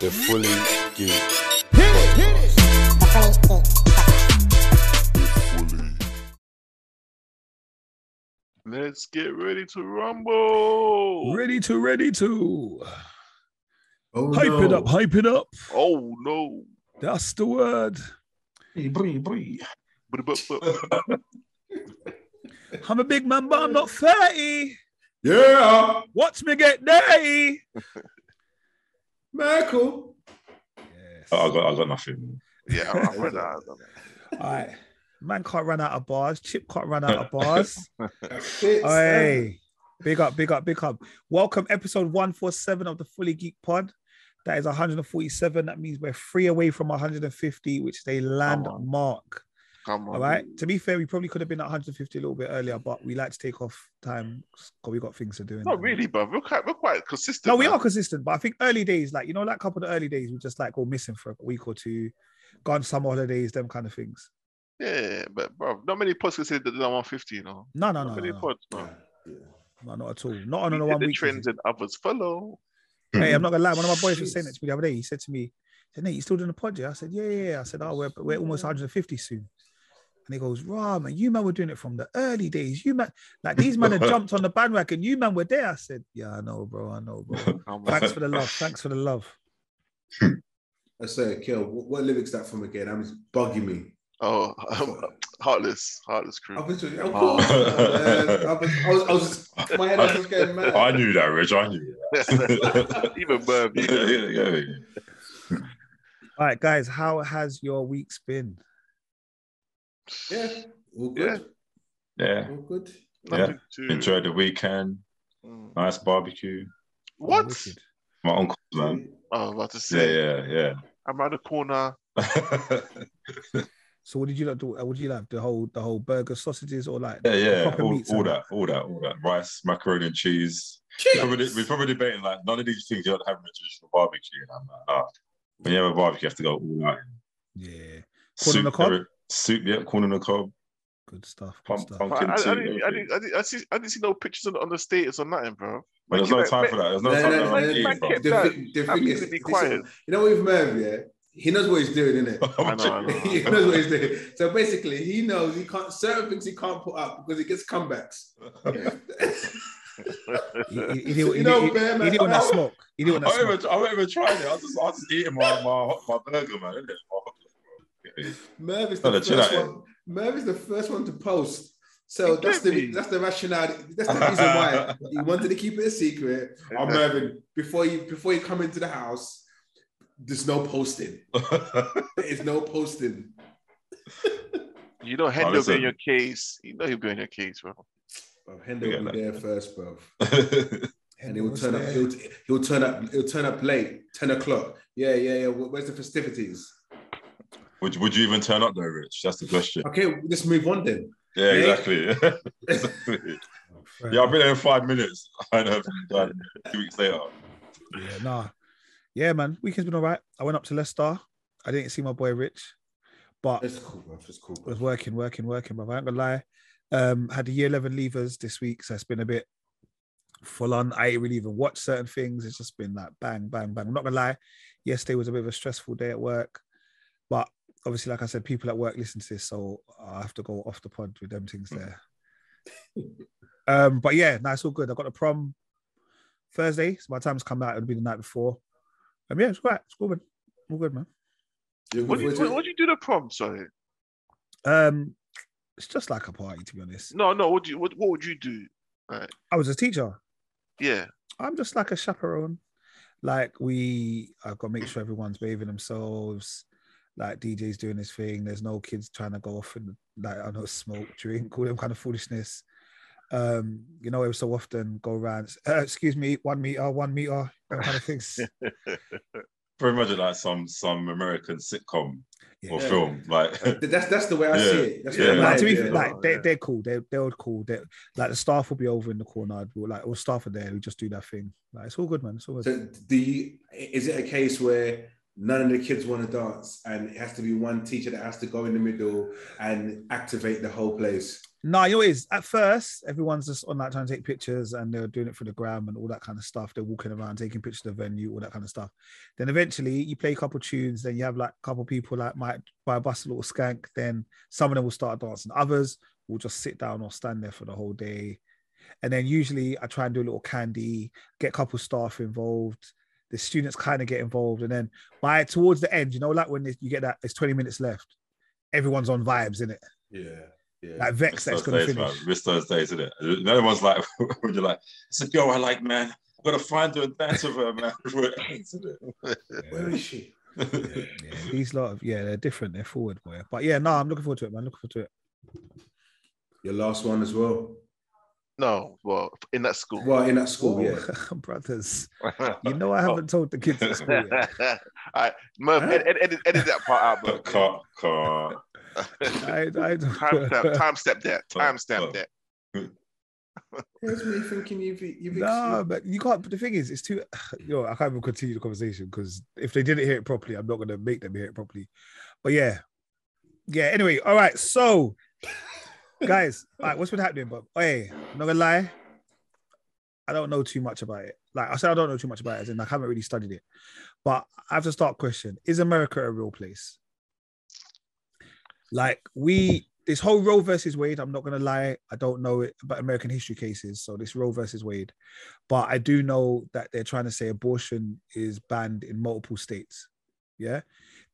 the fully geek. Let's get ready to rumble. Ready to, ready to. Oh, Hype it no. up, hype it up. Oh no. That's the word. But- but- but- I'm a big man, but I'm not 30. Yeah, Watch me get dirty. Michael. Yes. I got, I got nothing. Yeah, I I realize that. All right. Man can't run out of bars. Chip can't run out of bars. That's it. son. Hey, big up, big up, big up. Welcome, episode 147 of the Fully Geek Pod. That is 147. That means we're three away from 150, which is a landmark. Come on. All right. To be fair, we probably could have been at 150 a little bit earlier, but we like to take off time because we got things to do. Not really, but we're quite, we're quite consistent. No, we man. are consistent, but I think early days, like you know, like a couple of the early days, we just like go missing for a week or two, gone summer holidays, them kind of things. Yeah, but bro, not many pods can say that they're 150, you know. No, no, no, Not no, many no, pods, no. no, not at all. Not on We a did one the week. trends and others follow. Hey, Hmm. I'm not gonna lie. One of my boys was saying Jeez. it to me the other day. He said to me, he said, Nate, you still doing the pod? Yeah, I said, yeah, yeah, yeah. I said, oh, we're, we're almost Hmm. 150 soon. And he goes, rah, man, you man were doing it from the early days. You man, like these men had jumped on the bandwagon. You man were there. I said, yeah, I know, bro. I know, bro. Come on. Thanks for the love. Thanks for the love. I say, Kel, what, what lyrics that from again? I'm just bugging me. Oh, um, heartless, heartless crew. I was, just- of Oh. course, man. I was, I was, I was just, my head was just going mad. I knew that, Rich. I knew that. Even Burb, you know. Yeah, yeah, yeah. All right, guys, how has your weeks been? Yeah, all good. Yeah. All good. Nothing too- Enjoyed the weekend. Mm. Nice barbecue. Oh, What? Oh, wicked. My uncle, man. I was about to Yeah, say, yeah, I'm around the corner. yeah. So what did you like do? What did you like? The whole the whole burger sausages or like yeah, yeah. Proper All, meat, all son. that, all that, all that. Rice, macaroni and cheese. We're probably, we're probably debating like none of these things you don't have in a traditional barbecue. And I'm like, nah. When you have a barbecue, you have to go all out. yeah, Corn Soup, on the cob? every- Soup, yeah, corn on the cob, good stuff. Good pump, stuff. But I, pumpkin I, tea. I, didn't, I, everything. didn't, I, didn't, I, see, I didn't see no pictures on, on the status or nothing, bro. But there's no Like, time man- for that. There's No, no no, time no, for no, that. no, Eat, bro. kept The, that. thing- the I'm thing is, gonna be this- quiet. you know, with Merv, yeah, he knows what he's doing, innit? I know, I know. he knows what he's doing. So basically, he knows he can't certain things he can't put up because he gets comebacks. He, he, he, didn't- You he, know, didn't- he, man, he didn't want man. that smoke. He I didn't want that haven't even, smoke. I haven't even tried it. I was just, I was just eating my, my, my burger, man. Isn't it? Merv is the No, no, first chill out, one. Merv is the first one to post. So You that's get the me? that's the rationale. That's the reason why he wanted to keep it a secret. Oh, uh, Mervin, before you before you come into the house, there's no posting. There is no posting. You know, Hendo listen. be in your case. You know he'll be in your case, bro. Bro, Hendo will be there first, bro. And he will What's turn up. that? He'll, he'll turn up. He'll turn up late, ten o'clock. Yeah, yeah, yeah. Where's the festivities? would, would you even turn up though, Rich? That's the question. Okay, let's move on then. Yeah, exactly. Exactly. yeah, I've been there in five minutes. I know if I'm done two weeks later. Yeah, nah. Yeah, man. Weekend's been all right. I went up to Leicester. I didn't see my boy Rich, but It's cool, bro. It's cool, I was bro. working, working, working, brother. I ain't gonna lie. Um, had the year 11 leavers this week, so it's been a bit full on. I ain't really even watched certain things. It's just been like bang, bang, bang. I'm not gonna lie. Yesterday was a bit of a stressful day at work, but obviously, like I said, people at work listen to this, so I have to go off the pod with them things there. um, but yeah, no, it's all good. I got the prom Thursday, so my time's come out. It'll be the night before. Um, yeah, it's all right. It's all good. All good, man. You're What do you, good for what, it? what do you do the prom? Sorry. Um, it's just like a party, to be honest. No, no. What do you? What, what would you do? I was a teacher. Yeah. I'm just like a chaperone. Like we, I've got to make sure everyone's behaving themselves. Like DJ's doing his thing. There's no kids trying to go off and like I don't know smoke, drink, all them kind of foolishness. Um, you know, every so often go around. Uh, excuse me, one meter, one meter, them kind of things. Pretty much like some some American sitcom or Yeah. Yeah. film. Like That's that's the way I Yeah. see it. That's the Yeah, way I Like, to be see it. fair, like they, Yeah. they're cool. They they would cool. They like the staff will be over in the corner. We'll, like all staff are there. We just do that thing. Like it's all good, man. It's all good. So do you, is it a case where none of the kids want to dance and it has to be one teacher that has to go in the middle and activate the whole place? Nah, you know what it is? At first, everyone's just on like trying to take pictures and they're doing it for the gram and all that kind of stuff. They're walking around taking pictures of the venue, all that kind of stuff. Then eventually you play a couple tunes, then you have like a couple people like might buy a bus a little skank, then some of them will start dancing. Others will just sit down or stand there for the whole day. And then usually I try and do a little candy, get a couple staff involved. The students kind of get involved. And then by towards the end, you know, like when you get that, it's 20 minutes left, everyone's on vibes, in it? Yeah. Yeah. Like Vex that's going to days, man. finish. It's those days, isn't it? The other one's like, when you're like, it's a girl I like, man. I'm gonna find her and dance with her, man. Before it ends, isn't Where is she? it? Yeah, these lot of, yeah, they're different. They're forward, boy. But yeah, no, I'm looking forward to it, man. Looking forward to it. Your last one as well. No, well, in that school. Well, in that school, yeah. Oh, brothers. You know I haven't told the kids at school yet. All right, Merv, Huh? ed- ed- edit, edit that part out, But Merv. car, car. I, I don't- Time stamp, time stamp that, time stamp that. Here's me thinking you've you've No, but you can't. But the thing is, it's too. You know, I can't even continue the conversation because if they didn't hear it properly, I'm not going to make them hear it properly. But yeah, yeah. Anyway, all right. So, guys, all right, what's been happening? But hey, I'm not gonna lie, I don't know too much about it. Like I said, I don't know too much about it, and I haven't really studied it. But I have to start question: Is America a real place? Like we. This whole Roe versus Wade, I'm not gonna lie, I don't know it about American history cases. So this Roe versus Wade, but I do know that they're trying to say abortion is banned in multiple states. Yeah.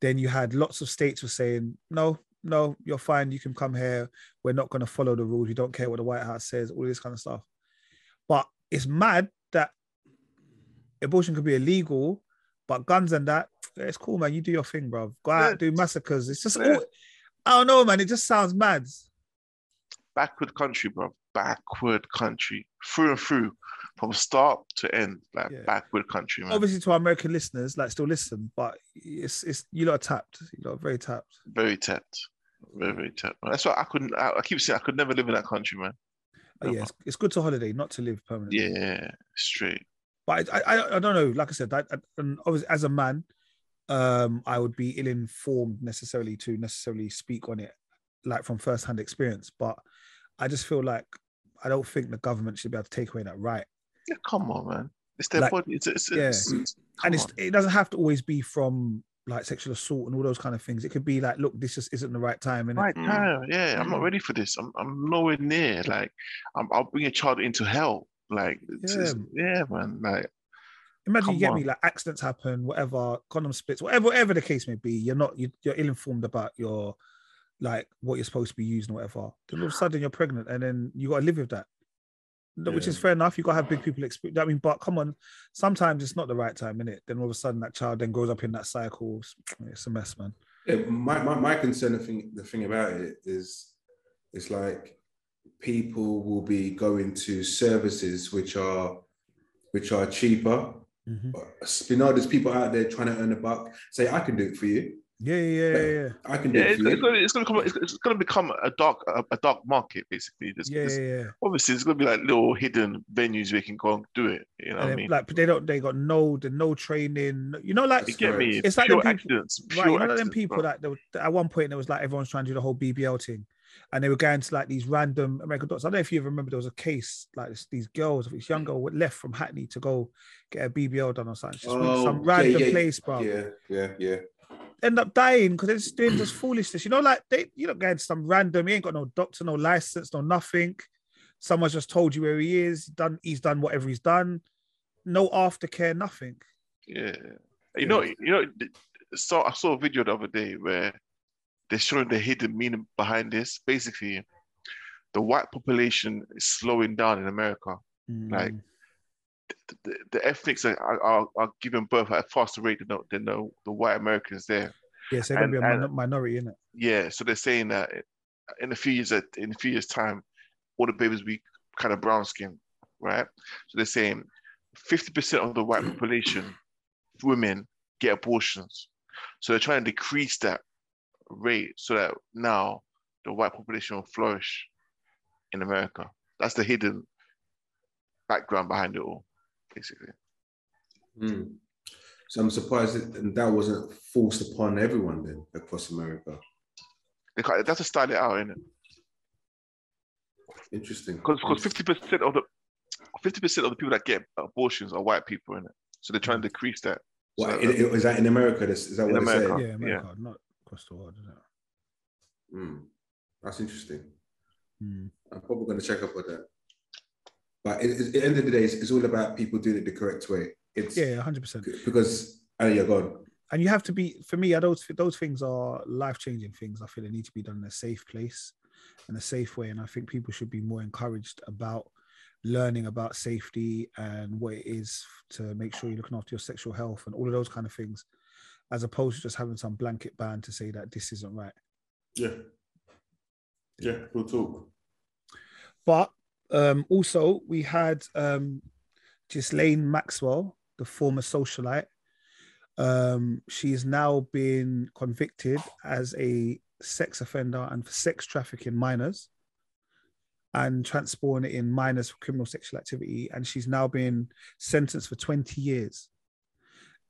Then you had lots of states were saying, no, no, you're fine. You can come here. We're not going to follow the rules. We don't care what the White House says, all this kind of stuff. But it's mad that abortion could be illegal, but guns and that, it's cool, man. You do your thing, bro. Go out, do massacres. It's just, all, I don't know, man. It just sounds mad. Backward country, bro. Backward country, through and through, from start to end, like Yeah. backward country, man. Obviously, to our American listeners, like, still listen, but it's, it's, you lot are tapped. You lot are very tapped. Very tapped, very very tapped. Man. That's why I couldn't. I, I keep saying I could never live in that country, man. Oh, yeah, it's, it's good to holiday, not to live permanently. Yeah, straight. But I, I, I don't know. Like I said, I, I, and obviously as a man, um, I would be ill-informed necessarily to necessarily speak on it, like from first-hand experience. But I just feel like I don't think the government should be able to take away that right. Yeah, come on, man. It's their Like, body. It's, it's, yeah. it's, and come it's, on. it doesn't have to always be from like sexual assault and all those kind of things. It could be like, look, this just isn't the right time. And right Mm. now. Yeah, I'm Mm-hmm. not ready for this. I'm, I'm nowhere near. Like, I'm, I'll bring a child into hell. Like, it's, yeah. It's, yeah, man. Like, imagine Come you get on. me like accidents happen, whatever, condom splits, whatever, whatever the case may be. You're not you, you're ill-informed about your like what you're supposed to be using, or whatever. Then all of a sudden you're pregnant, and then you got to live with that. No, Which Yeah. is fair enough. You got to have big people experience. I mean, but come on, sometimes it's not the right time, innit? Then all of a sudden that child then grows up in that cycle. It's a mess, man. Yeah, my, my, my concern, the thing, the thing about it is, it's like people will be going to services which are, which are cheaper. You know, there's people out there trying to earn a buck. Say, I can do it for you. Yeah, yeah, yeah, yeah, yeah. I can do yeah, it's, it for it's you. gonna, it's gonna come. It's, it's gonna become a dark, a, a dark market, basically. There's, yeah, there's- yeah, yeah. Obviously, there's gonna be like little hidden venues we can go and do it. You know And what I then, mean? like they don't, they got no, the no training. You know, like you get me? It's like pure them people- accidents. Pure Right, you know them accidents, people bro. that, there was- that at one point there was like everyone's trying to do the whole BBL thing, and they were going to like these random American doctors. I don't know if you remember there was a case like this, these girls, this young girl went- left from Hackney to go get a BBL done or something. She just went to Oh, some yeah, random yeah, place, bro. Yeah, yeah, yeah. End up dying because they're just doing this foolishness. You know, like they you don't get some random. He ain't got no doctor, no license, no nothing. Someone's just told you where he is. Done. He's done whatever he's done. No aftercare, nothing. Yeah. You know, you know, th- so I saw a video the other day where they're showing the hidden meaning behind this. Basically, the white population is slowing down in America. Like, Mm. The, the, the ethnics are, are, are giving birth at a faster rate than the, than the, the white Americans there. yeah, so they're gonna and- be a and- minor- minority, innit? Yeah, so they're saying that in a few years, that in a few years' time, all the babies will be kind of brown skin, right? So they're saying 50% of the white population, women, get abortions. So they're trying to decrease that rate so that now the white population will flourish in America. That's the hidden background behind it all, basically. Mm. So I'm surprised that, that wasn't forced upon everyone then across America. They can't, that's to style it out, isn't it? Interesting. because because fifty percent of the fifty percent of the people that get abortions are white people, in it. So they're trying to decrease that. What, in- in- is that in America? Is, is that In what they America. say? Oh, Yeah. Yeah, America, not across the world, is it? Mm. That's interesting. Mm. I'm probably going to check up on that. But it, it, at the end of the day, it's, it's all about people doing it the correct way. It's Yeah, yeah, 100%. because oh yeah, go on. and you have to be for me I those those things are life changing things i feel they need to be done in a safe place and a safe way and i think people should be more encouraged about learning about safety and what it is to make sure you're looking after your sexual health and all of those kind of things as opposed to just having some blanket ban to say that this isn't right Yeah. Yeah, we'll talk. but um also we had um Ghislaine Maxwell, the former socialite. Um, she has now been convicted as a sex offender and for sex trafficking minors and transporting it in minors for criminal sexual activity. And she's now been sentenced for 20 years.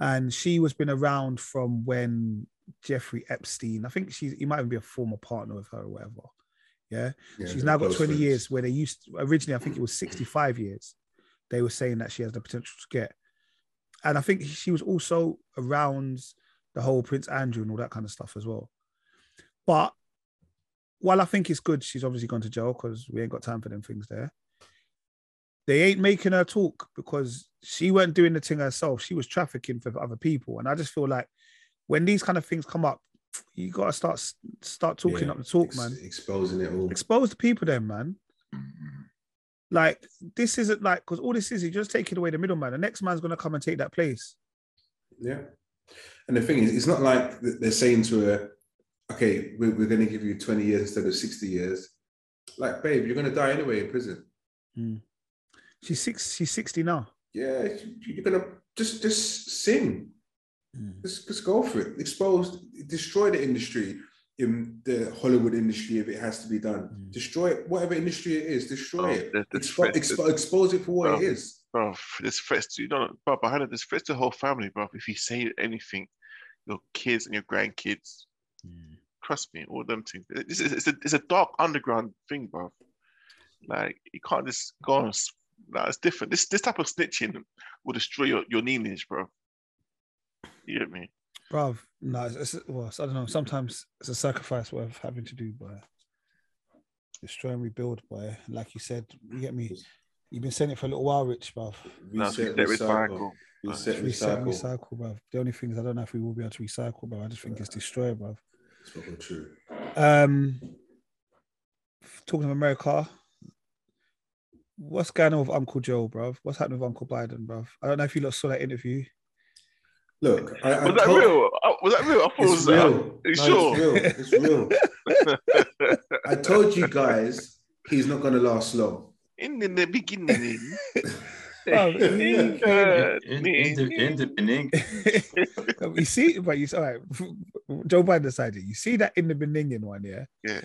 And she was been around from when Jeffrey Epstein, I think she he might even be a former partner with her or whatever. Yeah. Yeah, She's now got close 20 friends. years where they used originally, I think it was 65 years. They were saying that she has the potential to get. And I think she was also around the whole Prince Andrew and all that kind of stuff as well. But while I think it's good, she's obviously gone to jail because we ain't got time for them things there. They ain't making her talk because she weren't doing the thing herself. She was trafficking for other people. And I just feel like when these kind of things come up, you gotta start start talking Yeah. up the talk, Ex- man Exposing it all. expose the people then man Mm-hmm. like this isn't like because all this is you're just taking away the middleman the next man's going to come and take that place Yeah. And the thing is, it's not like th- they're saying to her, okay, we're, we're going to give you 20 years instead of 60 years. Like, babe, you're going to die anyway in prison. she's six she's 60 now Yeah, you- you're going to just just sing. Just, just go for it. Expose, destroy the industry in the Hollywood industry if it has to be done. Mm. Destroy it, whatever industry it is, destroy Oh, it. there's- there's Expo- threats, expo- expose it for what Oh. it is. bro, this threats to you know, bro, behind it, this threats to the whole family, bro. If you say anything, your kids and your grandkids, trust me, all them things. This is it's a, it's a dark underground thing, bro. Like you can't just go on. s- Nah, it's different. This this type of snitching will destroy your your lineage, bro. You get me? bruv no it's, it's- well, i don't know sometimes it's a sacrifice worth having to do but destroy and rebuild boy like you said you get me you've been saying it for a little while rich bruv Nah, Reset, that recycle. recycle. Reset, reset recycle. and recycle bruv the only thing is i don't know if we will be able to recycle but i just think it's destroy bruv It's fucking true. Um, talking of America, what's going on with Uncle Joe, bruv? What's happening with Uncle Biden, bruv? I don't know if you lot saw that interview. Look, I, I Was that told- real? Uh, Was that real? I thought it It's was. uh, real. you No, sure? It's real. It's real. I told you guys he's not going to last long. in the beginning. Oh, In- in- in the- in the beginning. you see, but you all right. Joe Biden decided. You see that in the Benignan one, yeah. Yeah.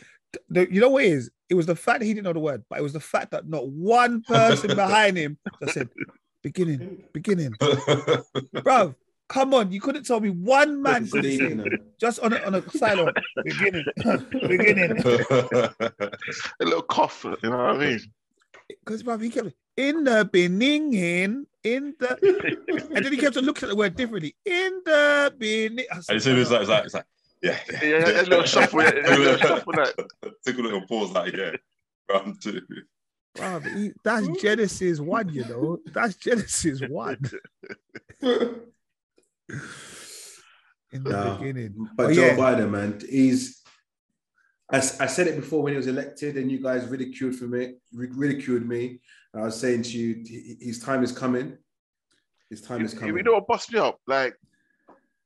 The- you know what it is? It was the fact that he didn't know the word, but it was the fact that not one person behind him that said, "Beginning, beginning, bruv, come on!" You couldn't tell me one man could Believe say me, just on a, on a silent beginning, beginning. a little cough, you know what I mean? Because bruv, he kept in the beginning, in the, and then he kept on looking at the word differently. In the beginning, I And said, as soon as like, it's like, it's like, yeah, Yeah, yeah, yeah, a little shuffle, yeah, yeah, a little shuffle, like, Take a little pause, like, yeah, round two. bruv, he- that's Genesis one, you know. That's Genesis one in the Nah. beginning. But Oh, Joe yeah. Biden, man, he's. I, s- I said it before when he was elected, and you guys ridiculed for me, ri- ridiculed me. And I was saying to you, h- his time is coming. His time is You, coming. you know what bust me up? Like,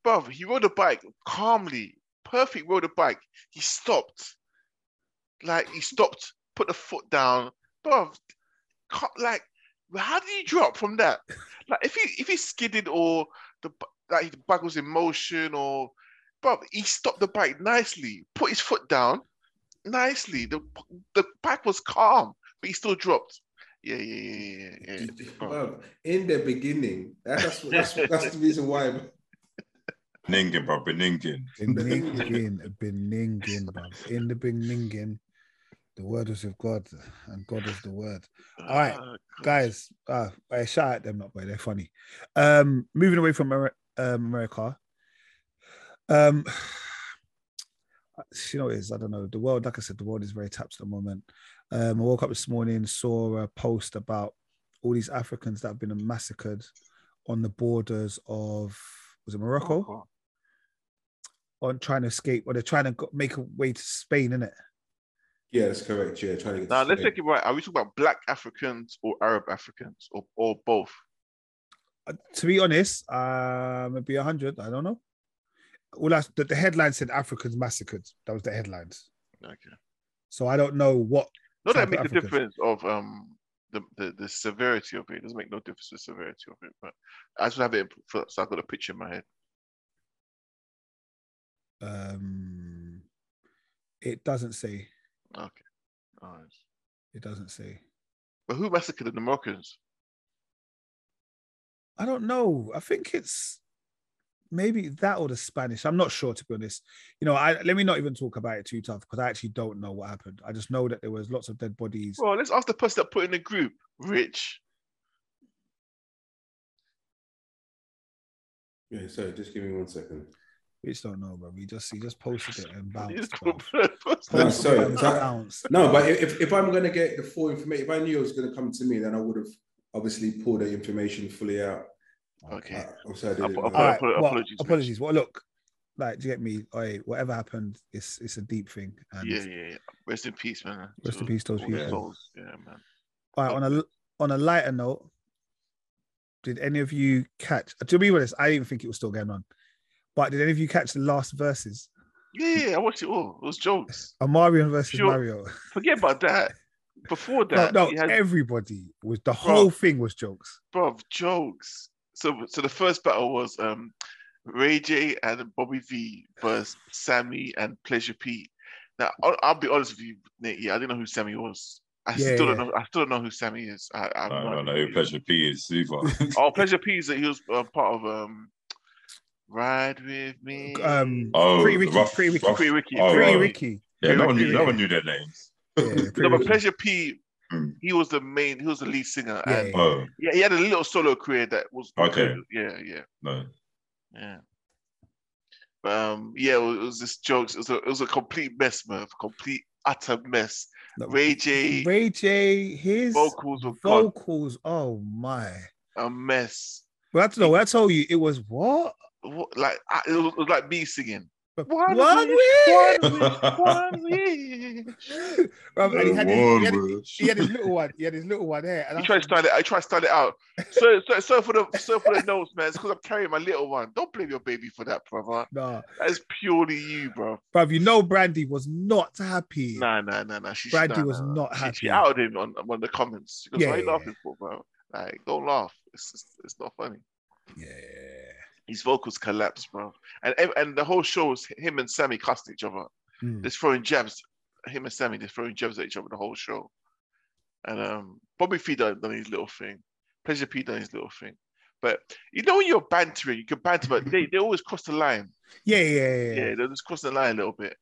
bruv, he rode a bike calmly, perfect rode a bike. He stopped. Like, he stopped, put the foot down. Bruv, ca- like, how did he drop from that? Like, if he if he skidded or the b- like the bike was in motion or, bruv, he stopped the bike nicely, put his foot down nicely. The the bike was calm, but he still dropped. Yeah, yeah, yeah, yeah, yeah. Bruv, in the beginning, that- that's, what- that's, what- that's the reason why. man. Beningen, bro, Beningen. Beningin, Beningin, bruv, in the Beningin. The word was with God, and God is the word. All right, guys. Uh, I shout at them, not boy. They're funny. Um, moving away from Amer- um, America. Um, you know, what it is I don't know the world. Like I said, the world is very tapped at the moment. Um, I woke up this morning, saw a post about all these Africans that have been massacred on the borders of was it Morocco? Morocco. On trying to escape, or they're trying to go- make a way to Spain, innit? Yeah, that's correct. Yeah, trying to get Now to let's Spain. take it right. Are we talking about black Africans or Arab Africans or, or both? Uh, to be honest, uh, maybe 100. I don't know. Well, that's, the, the headline said Africans massacred. That was the headlines. Okay. So I don't know what. Not that South it makes a Africans. difference of um the, the, the severity of it. It doesn't make no difference to the severity of it, but I just have it in- so I've got a picture in my head. Um, it doesn't say. Okay. All right. It doesn't say. But who massacred the Moroccans? I don't know. I think it's maybe that or the Spanish. I'm not sure to be honest. You know, I let me not even talk about it too tough because I actually don't know what happened. I just know that there was lots of dead bodies. Well, let's ask the person that put in the group, Rich. Yeah, sorry, just give me one second. We just don't know, bro. We just he just posted it and You bounced. just bruv. put the person- No, Posted sorry, it and that- bounced. No, but if, if I'm going to get the full information, if I knew it was going to come to me, then I would have obviously pulled the information fully out. Okay. Uh, I'm sorry, I I'll didn't put- know. I'll All right, Apolo- well, apologies, apologies. Mitch. Well, look, like, do you get me? Oi, whatever happened, it's it's a deep thing. And Yeah, yeah, yeah. Rest in peace, man. Rest in To peace, those all people. the souls. Yeah, man. All right, on a on a lighter note, did any of you catch? To be honest, I didn't think it was still going on, but did any of you catch the last verses? Yeah, yeah, I watched it all. It was jokes. Amarian versus Sure. Mario. Forget about that. Before No, that, no, he had- everybody was the whole thing was jokes. bruv, jokes. So, so the first battle was um, Ray J and Bobby V versus Sammy and Pleasure P. Now, I'll, I'll be honest with you, Nate. Yeah, I didn't know who Sammy was. I Yeah, still yeah. don't know. I still don't know who Sammy is. I, I I'm not, don't know who Pleasure P is. Super. Oh, Pleasure P is that he was uh, part of um, Ride with Me. Um, Oh, Pretty the Ricky, Pretty Ricky. Pretty Ricky. oh, Pretty right. Ricky. Yeah, no one, Pretty knew, no Ricky. one knew their names. Yeah, Pretty no, but Ricky. Pleasure P, Hmm. he was the main. He was the lead singer. Yeah, and yeah. Oh yeah, he had a little solo career that was Okay. Yeah, yeah. no. Yeah. But, Um, yeah, it was, it was just jokes. It was a, it was a complete mess, man. Complete utter mess. No, Ray J Ray J, his vocals were gone. vocals. Oh my! A mess. Well, that's no. I told you it was what? What, like I, it, was, it was like me singing. One, wish, wish. one wish, one wish. Bruv, and he had his- he had- One wish. he had his little one. He had his little one there. And You I try to said, style it. I try to style it out. So, so, so for the so for the notes, man. It's because I'm carrying my little one. Don't blame your baby for that, brother. Nah, That is purely you, bro. bruv, you know Brandy was not happy. Nah, nah, nah, nah. She, Brandy nah, was nah, nah. not uh, She- happy. She, outed him on on one of the comments. She goes, Yeah, "Why are you yeah, laughing for, bro? Like, don't laugh. It's it's, it's not funny." Yeah. His vocals collapsed, bro. And ev- and the whole show was him and Sammy cussing each other. Mm. They're throwing jabs. Him and Sammy, they're throwing jabs at each other the whole show. And um, Bobby Fee done, done his little thing. Pleasure P done his little thing. But you know when you're bantering, you can banter, but they, they always cross the line. Yeah, yeah, yeah, Yeah, yeah. they'll just cross the line a little bit.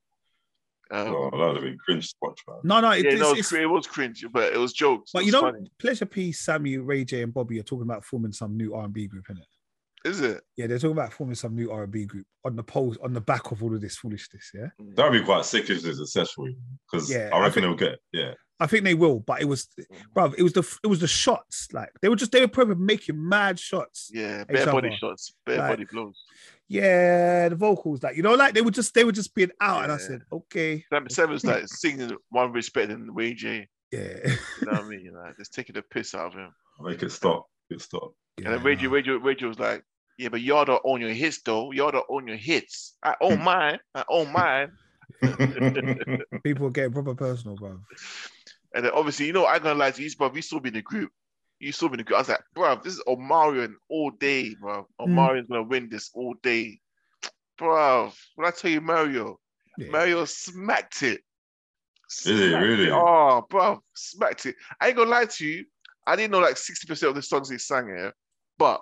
Um, Oh, that would have been cringe to watch, man. No, no, it, yeah, it's, no, it was, it's- cr- it was cringe, but it was jokes. but It you was know, funny. Pleasure P, Sammy, Ray J, and Bobby are talking about forming some new R and B group, innit? is it? Yeah, they're talking about forming some new R and B group on the polls on the back of all of this foolishness. Yeah, That would be quite sick if they're successful, because Yeah, I I reckon think- they'll get. Yeah, I think they will, but it was, bruv, it was the it was the shots. Like they were just they were probably making mad shots. Yeah, bare other. body shots, bare Like, body blows. Yeah, the vocals, like you know, like they were just they were just being out, and I Yeah. said, okay, Sam, Seven's like singing one respect and Way J. yeah. You know what I mean? Like just taking the piss out of him. make it stop. It stop. and then Ray J, nah. Ray J, Ray J was like, "Yeah, but y'all don't own your hits though. Y'all don't own your hits. I own mine. I own mine." yeah, people are getting proper personal, bro. And then obviously, you know, I gonna lie to you, bruv. You still be in the group. You still be in the group. I was like, bruv, this is Omarion all day, bruv. Omarion's gonna win this all day, bruv. When I tell you, Mario, Mario smacked it. Did he? Really? Oh, bro, smacked it. I ain't gonna lie to you. I didn't know like 60% of the songs he sang here, but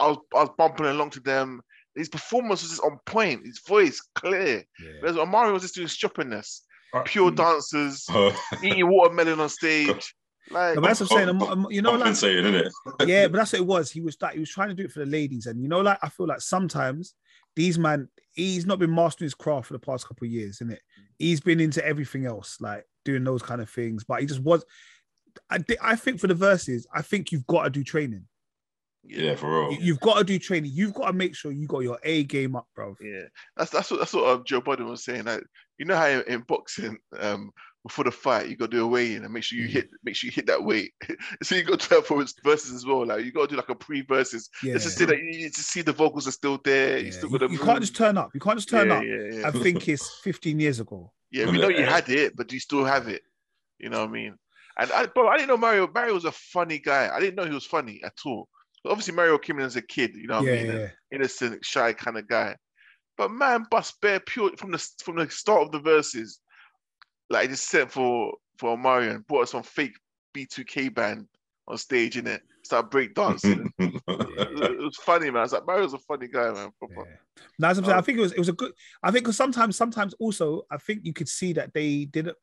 I was I was bumping along to them. His performance was just on point, his voice clear. Whereas Omari was just doing shoppingness. pure Mm. dancers eating watermelon on stage. Like, But that's what I'm saying. I'm- I'm- you know, like compensating, innit? yeah, but that's what it was. He was like he was trying to do it for the ladies, and you know, like I feel like sometimes these man, he's not been mastering his craft for the past couple of years, isn't it? He's been into everything else, like doing those kind of things, but he just was. I, thi- I think for the verses, I think you've got to do training. Oh, Yeah, for real. You- You've got to do training. You've got to make sure you got your A game up, bro. Yeah, that's that's what that's what um, Joe Budden was saying. Like, you know how in, in boxing, um, before the fight, you got to do a weigh in and make sure Mm. you hit make sure you hit that weight. so you got to have for its verses as well. Like you got to do like a pre verses Yeah, just to see that you need to see the vocals are still there. yeah. You still You- got to. you can't just turn up. You can't just turn yeah, up. Yeah, yeah. I think it's 15 years ago. yeah, we know you had it, but do you still have it? You know what I mean? And I, bro, I didn't know Mario. Mario was a funny guy. I didn't know he was funny at all. But obviously, Mario came in as a kid. You know what I yeah, mean? yeah. innocent, shy kind of guy. But man, bust bare pure from the from the start of the verses, like just sent for for Mario and brought us some fake B2K band on stage in it, start break dancing. it, was, it was funny, man. I was like, Mario's a funny guy, man. proper. Yeah. No, that's what I'm saying. Oh. I think it was it was a good. I think 'cause sometimes, sometimes also, I think you could see that they didn't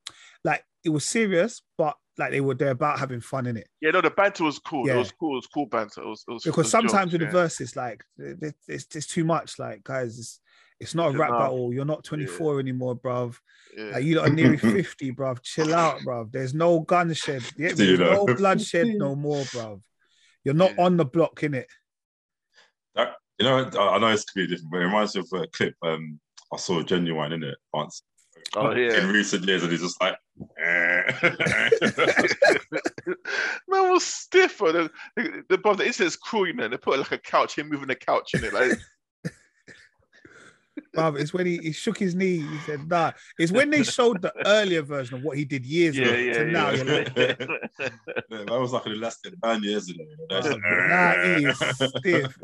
like it was serious, but like they were there about having fun in it. Yeah, no, the banter was cool. Yeah. It was cool. It was cool banter. It was, it was it Because was jokes, sometimes with yeah. the verses, like it- it- it's it's too much. Like guys, it's, it's not a It's rap enough. battle. You're not 24 anymore, bruv. yeah. Like you lot are nearly 50, bruv. Chill out, bruv. There's no gunshed. Yeah, You there's no know. bloodshed no more, bruv. You're not Yeah. on the block, in it. You know, I I know it's completely different, but it reminds me of a clip um, I saw genuine in it once Oh in yeah, recent years, and he's just like, eh. man was stiff. bro. The the, the, bro, the incident's cruel, you know. They put like a couch, him moving a couch in it, like Bruv, it's when he, he shook his knee. He said, nah. It's when they showed the earlier version of what he did years yeah, ago to yeah, now. yeah. You're like, Yeah, that was like an elastic nine years ago. You know? That's like, nah, he is stiff.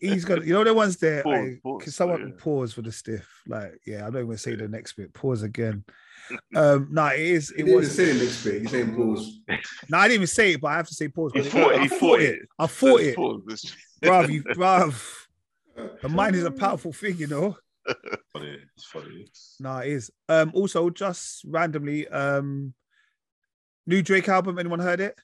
He's gonna, you know, the ones there. Pause, like, pause, can someone yeah. pause for the stiff? Like, yeah, I don't even say the next bit. Pause again. Um, no, it is. It You didn't was. say the next bit. You saying pause. No, I didn't even say it, but I have to say pause. He but fought it, I he fought it. I fought Let's it, pause this. bruv. You, bruv. The mind is a powerful thing, you know. funny. It's funny. No, it is. Um, also, just randomly, um, new Drake album. Anyone heard it?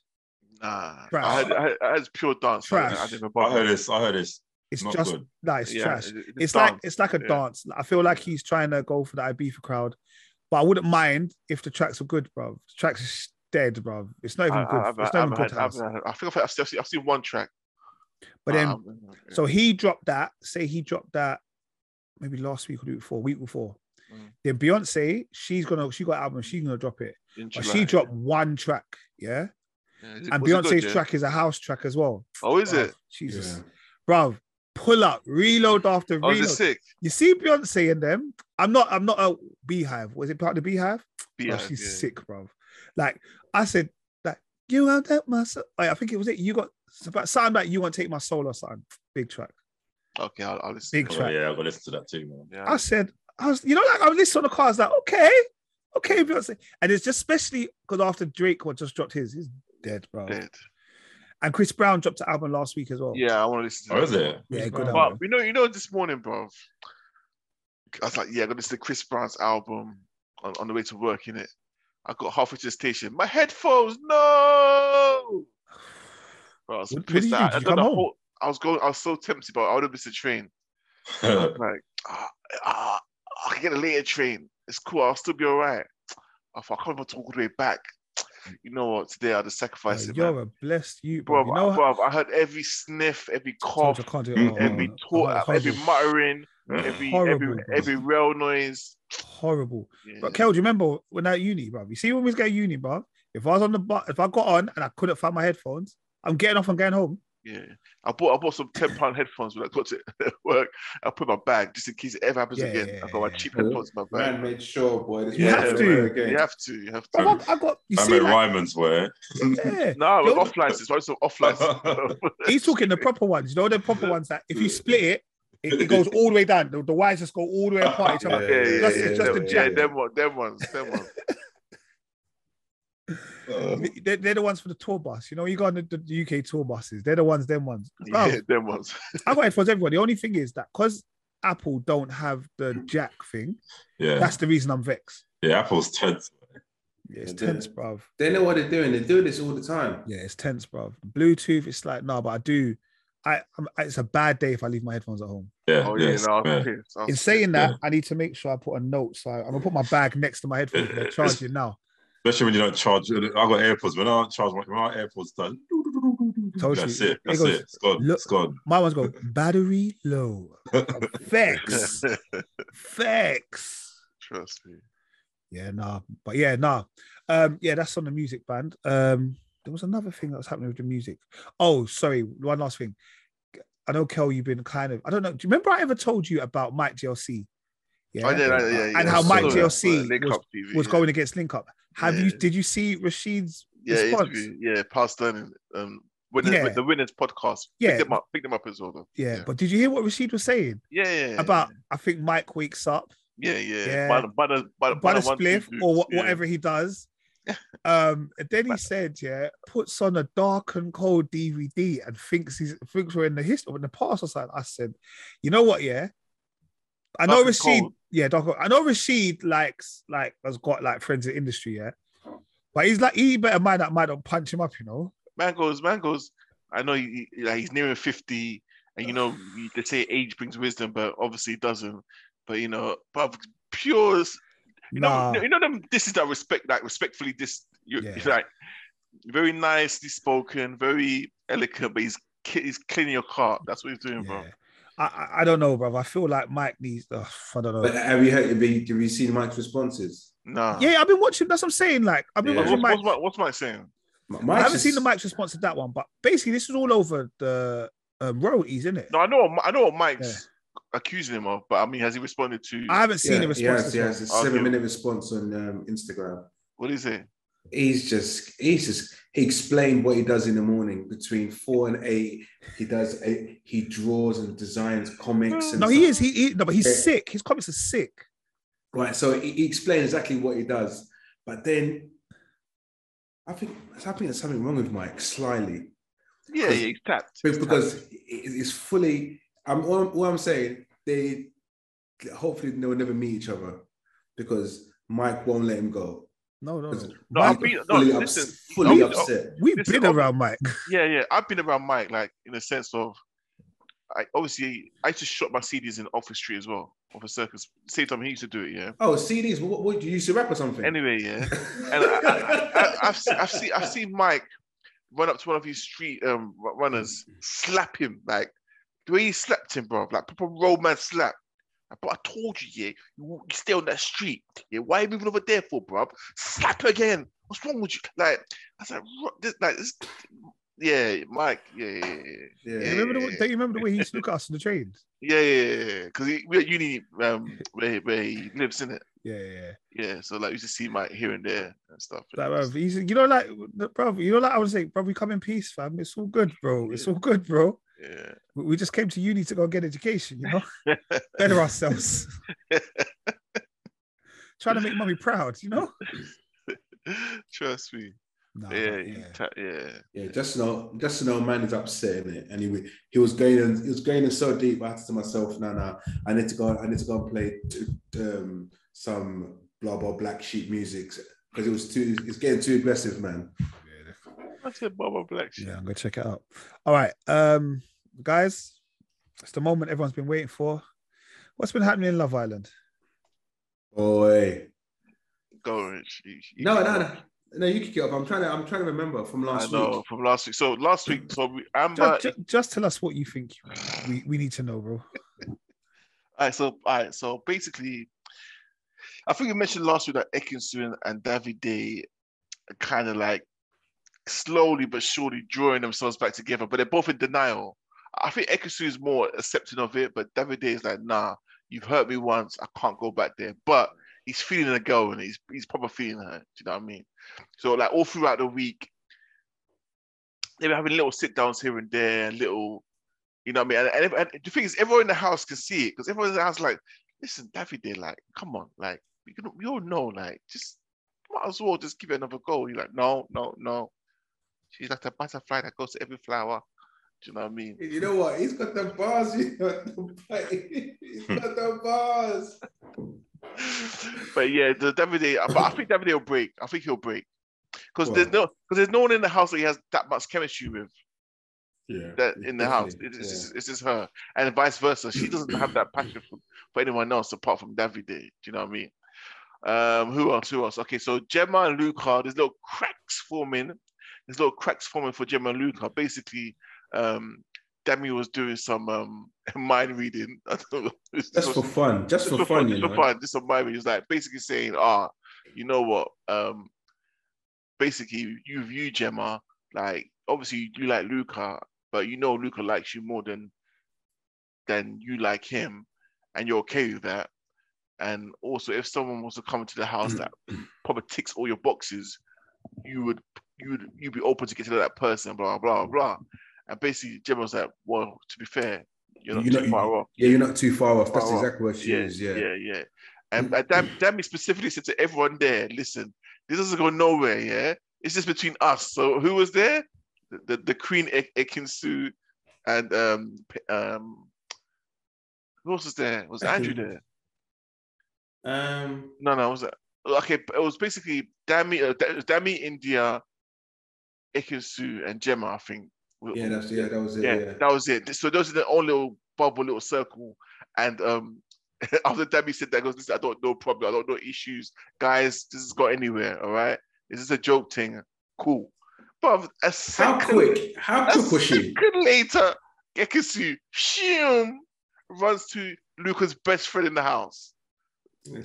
Nah, Trash. I had, I had, I had pure dance. Trash. I, I I never heard bothered. this. I heard this. It's Not just good. no, it's Yeah, trash. it- it's It's like dance. it's like a yeah. dance. I feel like he's trying to go for the Ibiza crowd, but I wouldn't mind if the tracks were good, bro. The tracks is dead, bro. It's not I, even I, good. I've- it's not even I've good had- I've house. had- I think I've, I've, seen, I've seen one track. But then, um, yeah. so he dropped that. Say he dropped that maybe last week or the week before, week before. Mm. Then Beyonce, she's gonna she got an album. She's gonna drop it. In But July. she dropped one track, yeah. Yeah, is it- And was it good, Beyonce's yeah? track is a house track as well. Oh, is Bruv, it? Jesus, Yeah. bro. Pull up, reload after Oh, is it reload. sick? You see Beyonce in them. I'm not. I'm not a beehive. Was it part of the beehive? Yeah, Bruv, she's yeah. sick, bro. Like I said, like you want that my soul. I think it was it. You got it's about something like you want to take my soul or something. Big track. Okay, I'll, I'll listen. Big Oh, track. yeah, I got to listen to that too, man. Yeah. I said, I was, you know, like I was listening on the car. I was like, okay, okay, Beyonce. And it's just especially because after Drake what just dropped his, he's dead, bro. Dead. And Chris Brown dropped an album last week as well. Yeah, I want to listen. Oh, to is that. it? yeah, good But album. you know, you know, this morning, bro. I was like, yeah, I got to listen to Chris Brown's album on, on the way to work. In it, I got halfway to the station. My headphones, no. Bro, I was What- what did pissed you do? out. Did I, done you come the home? whole- I was going. I was so tempted, but I would have missed the train. like, ah, ah, I can get a later train. It's cool. I'll still be all right. I thought, I can't even talk all the way back. You know what? Today I'll just Bro, sacrifice it, man. you're a blessed you, bro. Bro, You know, how- I heard every sniff, every Told cough, you I can't do it. Oh, every talk, horrible. every muttering, every Horrible, every bro. every rail noise. horrible. Yeah. But Kel, do you remember when at uni, bro? You see when we was getting uni, bro? If I was on the bus, if I got on and I couldn't find my headphones, I'm getting off and going home. yeah. I bought I bought some ten pound headphones when I got to work. I put in my bag just in case it ever happens Yeah, again. yeah, I got my yeah. cheap headphones in my bag. Man made sure, boy. This You man have made to. sure again. You have to, you have Bro, to. I, I got you I see, made like, Ryman's wear. yeah. No, I was Yo- off license. I was on off license. he's talking the proper ones. You know the proper ones that if you split it, it, it goes all the way down. The, the wires just go all the way apart each other. Yeah, yeah, yeah, Just- yeah, it's just them, a yeah, jack. them one, them ones, them ones. They- They're, the ones for the tour bus. You know, you go on the, the UK tour buses. They're the ones, them ones. Bro, yeah, them ones. I got headphones everywhere. The only thing is that because Apple don't have the jack thing, yeah. that's the reason I'm vexed. Yeah, Apple's tense. Yeah, it's Yeah, tense, yeah. bruv. They know what they're doing. They do this all the time. Yeah, it's tense, bruv. Bluetooth, it's like, no, but I do. I, I'm, it's a bad day if I leave my headphones at home. Yeah, Oh, yeah, yeah, it's no, I was bad. pissed. I was In pissed. saying that, I need to make sure I put a note. So I, am gonna put my bag next to my headphones. Yeah, They're it's- charging now. especially when you don't charge. I got AirPods. When I don't charge, my- when my AirPods done, Told you. that's it. It That's goes, it. It's gone. look- It's gone. My one's go battery low. Facts, facts. Trust me. Yeah, nah. But yeah, nah. Um, yeah, that's on the music band. Um, there was another thing that was happening with the music. Oh, sorry, one last thing. I know, Kel, you've been kind of. I don't know. Do you remember I ever told you about Mike DLC? Yeah, I did, I did, Oh, yeah, yeah, And how Mike I saw that, DLC but Link was- Up TV, was yeah. going against Link Up. Have you? Yeah. Did you see Rashid's yeah, response? interview, yeah, past learning. Um, winners, Yeah. the winners podcast. Yeah. pick them up, pick them up as well. Though. Yeah, yeah, but did you hear what Rashid was saying yeah, yeah, yeah. about? I think Mike wakes up yeah, yeah, Yeah. By the by the by the, by by the the one, two, spliff three, or wha- yeah. whatever he does. Um, and then he But- said, "Yeah, puts on a dark and cold DVD and thinks he's thinks we're in the history in the past or something." I said, "You know what? Yeah, I know Dark and Rashid. cold. Yeah, dark. and- I know Rashid likes like has got like friends in the industry. Yeah, but he's like he better mind that might not punch him up. You know, Man goes, man goes. I know he, he- like, he's nearing fifty, and you know you- they say age brings wisdom, but obviously it doesn't. But you know, but pure, s- you nah, know, you know them. This is that respect, like respectfully. This you Yeah. it's like very nicely spoken, very elegant, but he's ki- he's cleaning your car. That's what he's doing, bro. yeah. I, I I don't know, bro. I feel like Mike needs. Ugh, I don't know. But uh, have you heard? Have you, have you seen Mike's responses? Nah. yeah, I've been watching. That's what I'm saying. Like I've been Yeah. What's, watching Mike. what's, Mike, what's Mike saying? Mike I haven't seen the Mike's response to that one, but basically this is all over the um, royalties, isn't it? No, I know, what, Mi- I know what Mike's accusing him of, but I mean, has he responded to? I haven't seen yeah, a he has, response. he Yeah, has a Okay. seven-minute response on um, Instagram. What is it? He's just, he's just, he explained what he does in the morning between four and eight. He does, a, he draws and designs comics. And No, he stuff. is. He, he no, but he's Yeah. sick. His comments are sick. Right. So he, he explains exactly what he does, but then I think I think there's something wrong with Mike slyly Yeah, yeah, he's tapped. Be- because it- it's fully. I'm all, all I'm saying. They hopefully they'll never meet each other because Mike won't let him go. No, no, no. No, I've Mike- been, no, Fully, ups- listen, fully no, upset. We've this- been oh, around Mike. yeah, yeah. I've been around Mike, like in the sense of, I obviously I used to shop my CDs in Office Street as well, off a circus. Same time he used to do it, yeah. Oh, CDs. What, what you used to rap or something? Anyway, yeah. And I, I, I, I've seen, I've seen, I've seen Mike run up to one of his street um, ru- runners, slap him like the way he slapped him, bro, like proper roadman slap. But I told you, yeah, you, wa- you stay on that street. Yeah, why are you moving over there for, bro? Slap her again. What's wrong with you? Like, I was like, "Ru- this, like this, yeah, Mike, yeah, yeah, yeah. Yeah. You remember the, don't you remember the way he used to look at us on the trains? Yeah, yeah, because yeah, 'Cause he we're at uni um, where, where he lives in it. Yeah, yeah. yeah. Yeah, so like you just see Mike here and there and stuff. Like, bro, he's, you know, like, bro, you know, like I was saying, bro, we come in peace, fam. It's all good, bro. It's all good, bro. yeah. We- We just came to uni to go get education, you know, better ourselves. Trying to make mummy proud, you know. Trust me. Nah, yeah, but he ta- yeah. Yeah, Justin, O- Justin Oman is upset in it, and he wa- he was going in, he was going in so deep. I had to myself, no, no, I need to go, I need to go and play t- um, some blah blah black sheep music because it was too, it's getting too aggressive, man. I said Boba Black shit. Yeah, I'm gonna check it out. All right, um, guys, it's the moment everyone's been waiting for. What's been happening in Love Island? Boy, Go Rich. You- you no, can no, go. no, no, you kick it up. I'm trying to, I'm trying to remember from I last know week. from last week. So last week, so we, Amber. Just, just, tell us what you think we, we need to know, bro. all right, so all right, so basically, I think you mentioned last week that Ekinson and Davide are kind of like slowly but surely drawing themselves back together, but they're both in denial. I think Ekinson is more accepting of it, but Davide is like, nah, you've hurt me once, I can't go back there. But he's feeling the girl and he's he's proper feeling her. Do you know what I mean? So like all throughout the week, they were having little sit downs here and there, little, you know what I mean? And, and, and the thing is, everyone in the house can see it because everyone in the house is like, listen, Davide, like, come on, like, we, can, we all know, like, just might as well just give it another go. You're like, no, no, no. She's like the butterfly that goes to every flower. Do you know what I mean? You know what? He's got the bars. You know, he's got the bars. but yeah, the Davide, but I think Davide will break. I think he'll break because Well. there's no because there's no one in the house that he has that much chemistry with Yeah. that in the house. It's, yeah. it's, it's just her, and vice versa. She doesn't have that passion for, for anyone else apart from Davide. Do you know what I mean? Um, who else? Who else? Okay, so Gemma and Luca, there's little cracks forming. There's little cracks forming for Gemma and Luca. Basically, um, Demi was doing some um, mind reading. I don't know. Just for fun. Just for fun, you just know. for fun, just for fun. He was like basically saying, "Ah, you know what? Um, basically, you view Gemma like obviously you do like Luca, but you know Luca likes you more than than you like him, and you're okay with that. And also, if someone was to come into the house that probably ticks all your boxes, you would you would you'd be open to get to know that person, blah blah blah." And basically, Gemma was like, "Well, to be fair." You're not You know- too far off. Yeah, you're not too far off. That's Far off. exactly what she Yeah, is. Yeah. yeah, yeah. And uh, Dam- Dammy specifically said to everyone there, listen, this doesn't go nowhere, yeah? It's just between us. So who was there? The, the, the Queen E- Ekinsu and um, P- um, who else was there? Was Andrew Ekin- there? Um. No, no, was that? Okay, but it was basically Dammy, uh, Da- Dammy, India, Ekinsu, and Gemma, I think. were- Yeah, that's yeah, that was it. yeah, Yeah. that was it. So those are the own little bubble, little circle. And um, after Debbie said that, goes, listen, I don't know problem, I don't know issues, guys. This has got anywhere, all right? This is a joke thing. Cool. But a How second, quick? How a quick was she? second later, Gekisu shim, runs to Luca's best friend in the house.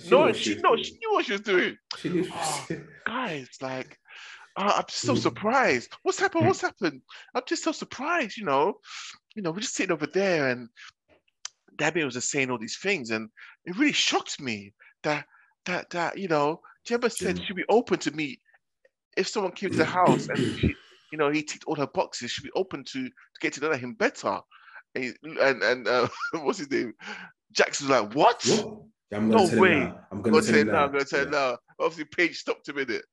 no, she, no, she knew what she was doing. She knew what she was- Guys, like, uh, I'm just so Mm. surprised. What's happened? What's happened? I'm just so surprised, you know. You know, we're just sitting over there and Debbie was just saying all these things, and it really shocked me that that that you know, Gemma said Gemma. she'd be open to me if someone came to the house and she, you know he ticked all her boxes, she'd be open to to get to know him better. And he- and, and uh, what's his name? Jackson's like, what? What? I'm gonna No tell way. him now. I'm I'm gonna gonna tell say him no, now. I'm gonna say Yeah. no. Obviously, Paige stopped a minute.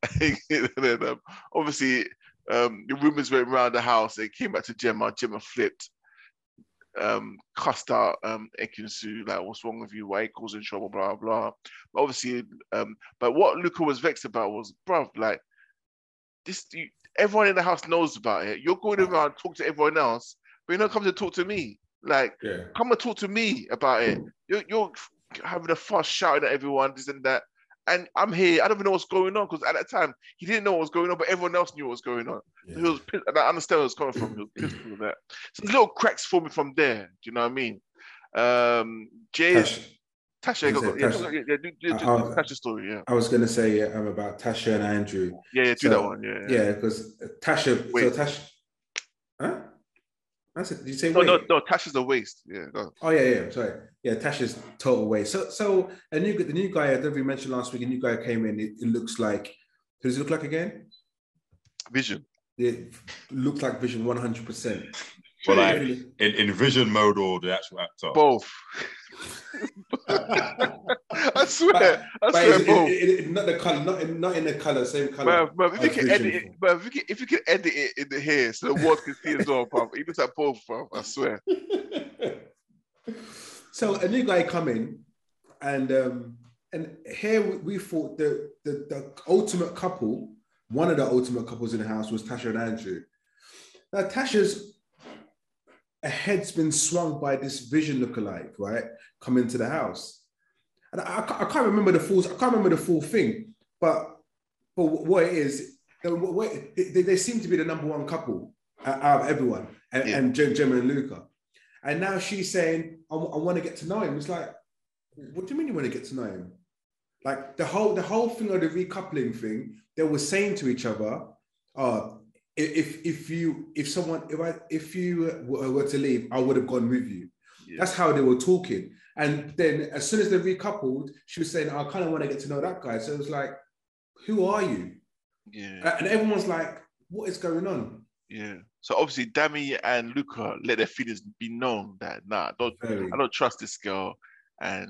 and then, um, obviously, um, the rumors went around the house. They came back to Gemma. Gemma flipped, um, cussed out um, Ekinsu, like, what's wrong with you? Why you causing trouble? Blah, blah. But obviously, um, but what Luca was vexed about was, bruv, like, this, you, everyone in the house knows about it. You're going around talking to everyone else, but you're not coming to talk to me. Like, Yeah. come and talk to me about it. You're, you're having a fuss, shouting at everyone, this and that. And I'm here. I don't even know what's going on because at that time he didn't know what was going on, but everyone else knew what was going on. He yeah. was pissed, and I understand where it's coming from. He was pissed with that. So there's little cracks forming from there. Do you know what I mean? Um, Jay, Tasha, Tash, Tasha, Is it yeah, Tasha? yeah, yeah, do, do, do, Uh, how- Tasha's story, yeah, I was gonna say yeah, I'm about Tasha and Andrew. yeah, yeah, do So, that one, yeah, yeah. Yeah, because Tasha. Wait. So Tasha. Huh? I said, did you say No, wait? no, no, Tasha's a waste, yeah, no. Oh yeah, yeah. Sorry, yeah. Tasha's total waste. So, so a new, the new guy I don't we mentioned last week. A new guy came in. It, it looks like who does it look like again? vision. It looks like Vision one hundred percent. Well, like in, in vision mode or the actual actor. Both, I swear, I But swear, it's- both. it- it- it- not the color, not in, not in the color, same color. Bruv, bruv, if you I can edit appreciate it. it, bruv, if you can, if you can edit it in the hair so the world can see it as well, bruv. It looks like both, bruv. I swear. so a new guy come in, and um, and here we, we thought the, the the ultimate couple, one of the ultimate couples in the house was Tasha and Andrew. Now Tasha's a head's been swung by this vision lookalike, right? Come into the house, and I, I, ca- I can't remember the full I can't remember the full thing, but but wh- what it is, uh, wh- what, they, they seem to be the number one couple uh, out of everyone, and, Yeah. and Gem- Gemma and Luca. And now she's saying, I, want to get to know him. It's like, what do you mean you want to get to know him? Like the whole the whole thing of the recoupling thing, they were saying to each other, uh, i- if if you if someone if I if you were were to leave, I would have gone with you. Yeah. That's how they were talking. And then as soon as they recoupled, she was saying, I kind of want to get to know that guy. So it was like, who are you? Yeah, Uh, And everyone's like, what is going on? yeah. So obviously, Dami and Luca let their feelings be known that nah, don't Very. I don't trust this girl, and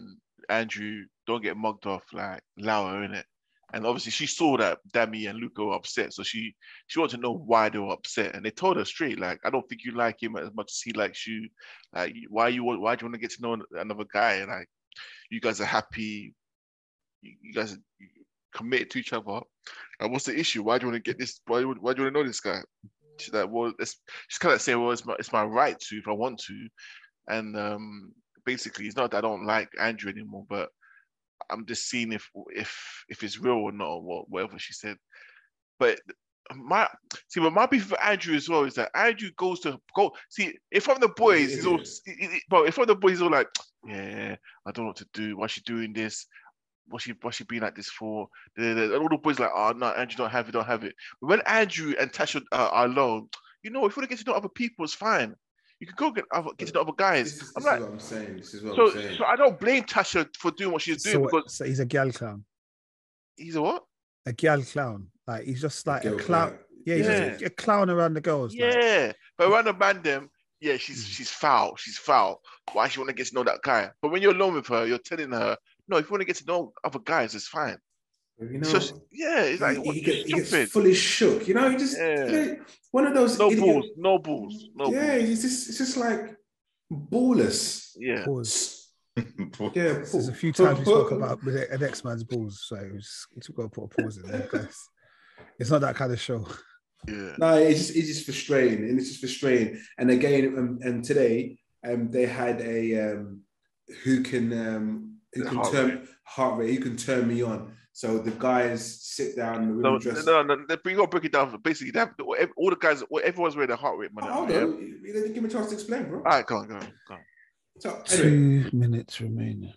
Andrew don't get mugged off like Laura in it. And obviously, she saw that Dami and Luca were upset, so she she wanted to know why they were upset. And they told her straight, like, I don't think you like him as much as he likes you. Like, why you want? Why do you want to get to know another guy? Like, You guys are happy. You, you guys are committed to each other. And what's the issue? Why do you want to get this? Why, do you- why do you want to know this guy? She's like, well, it's, she's kind of saying, well, it's my, it's my right to if I want to. And um, basically, it's not that I don't like Andrew anymore, but I'm just seeing if if if it's real or not, or what, whatever she said. But my see, but my beef with Andrew as well is that Andrew goes to go see if I'm the boys, he's all, he- he- bro. If I'm the boys, he's all like, yeah, I don't know what to do. Why she doing this? What she what she being like this for? Da, da, da. And all the boys like, oh no, Andrew don't have it, don't have it. But when Andrew and Tasha uh, are alone, you know, if you want to get to know other people, it's fine. You can go get other, get to know other guys. This, is, I'm this like, is what I'm saying. This is what so I'm saying. so I don't blame Tasha for doing what she's doing So, because so he's a gal clown. he's a what? A gal clown. Like he's just like a Girl, clown. like, Yeah, he's just Yeah. a, a clown around the girls. like. Yeah, but around the band, them, yeah, she's Mm. she's foul. She's foul. Why she want to get to know that guy? But when you're alone with her, you're telling her, no, if you want to get to know other guys, it's fine. You know, So she- yeah, it's like he, what, he get- he you're gets stupid. fully shook. You know, he just Yeah. you know, one of those No idiot- balls, no balls, no yeah, balls. it's just it's just like ballless. Yeah, Pause. Yeah, There's a ball- few times we spoke ball- about with an ex man's balls, so we just we've got to put a pause in there. 'cause It's not that kind of show. yeah, No, it's just, it's just frustrating, and it's just frustrating. And again, um, and today, um, they had a um, who can um, who can Heart turn heart rate, who can turn me on. So the guys sit down, no, the women dress. no, no, no. But you gotta break it down. Basically, they have, all the guys, everyone's wearing a heart rate, man. Oh, hold yeah. on, you didn't give me a chance to explain, bro. All right, go on, go on, go on. So anyway, Two minutes remaining.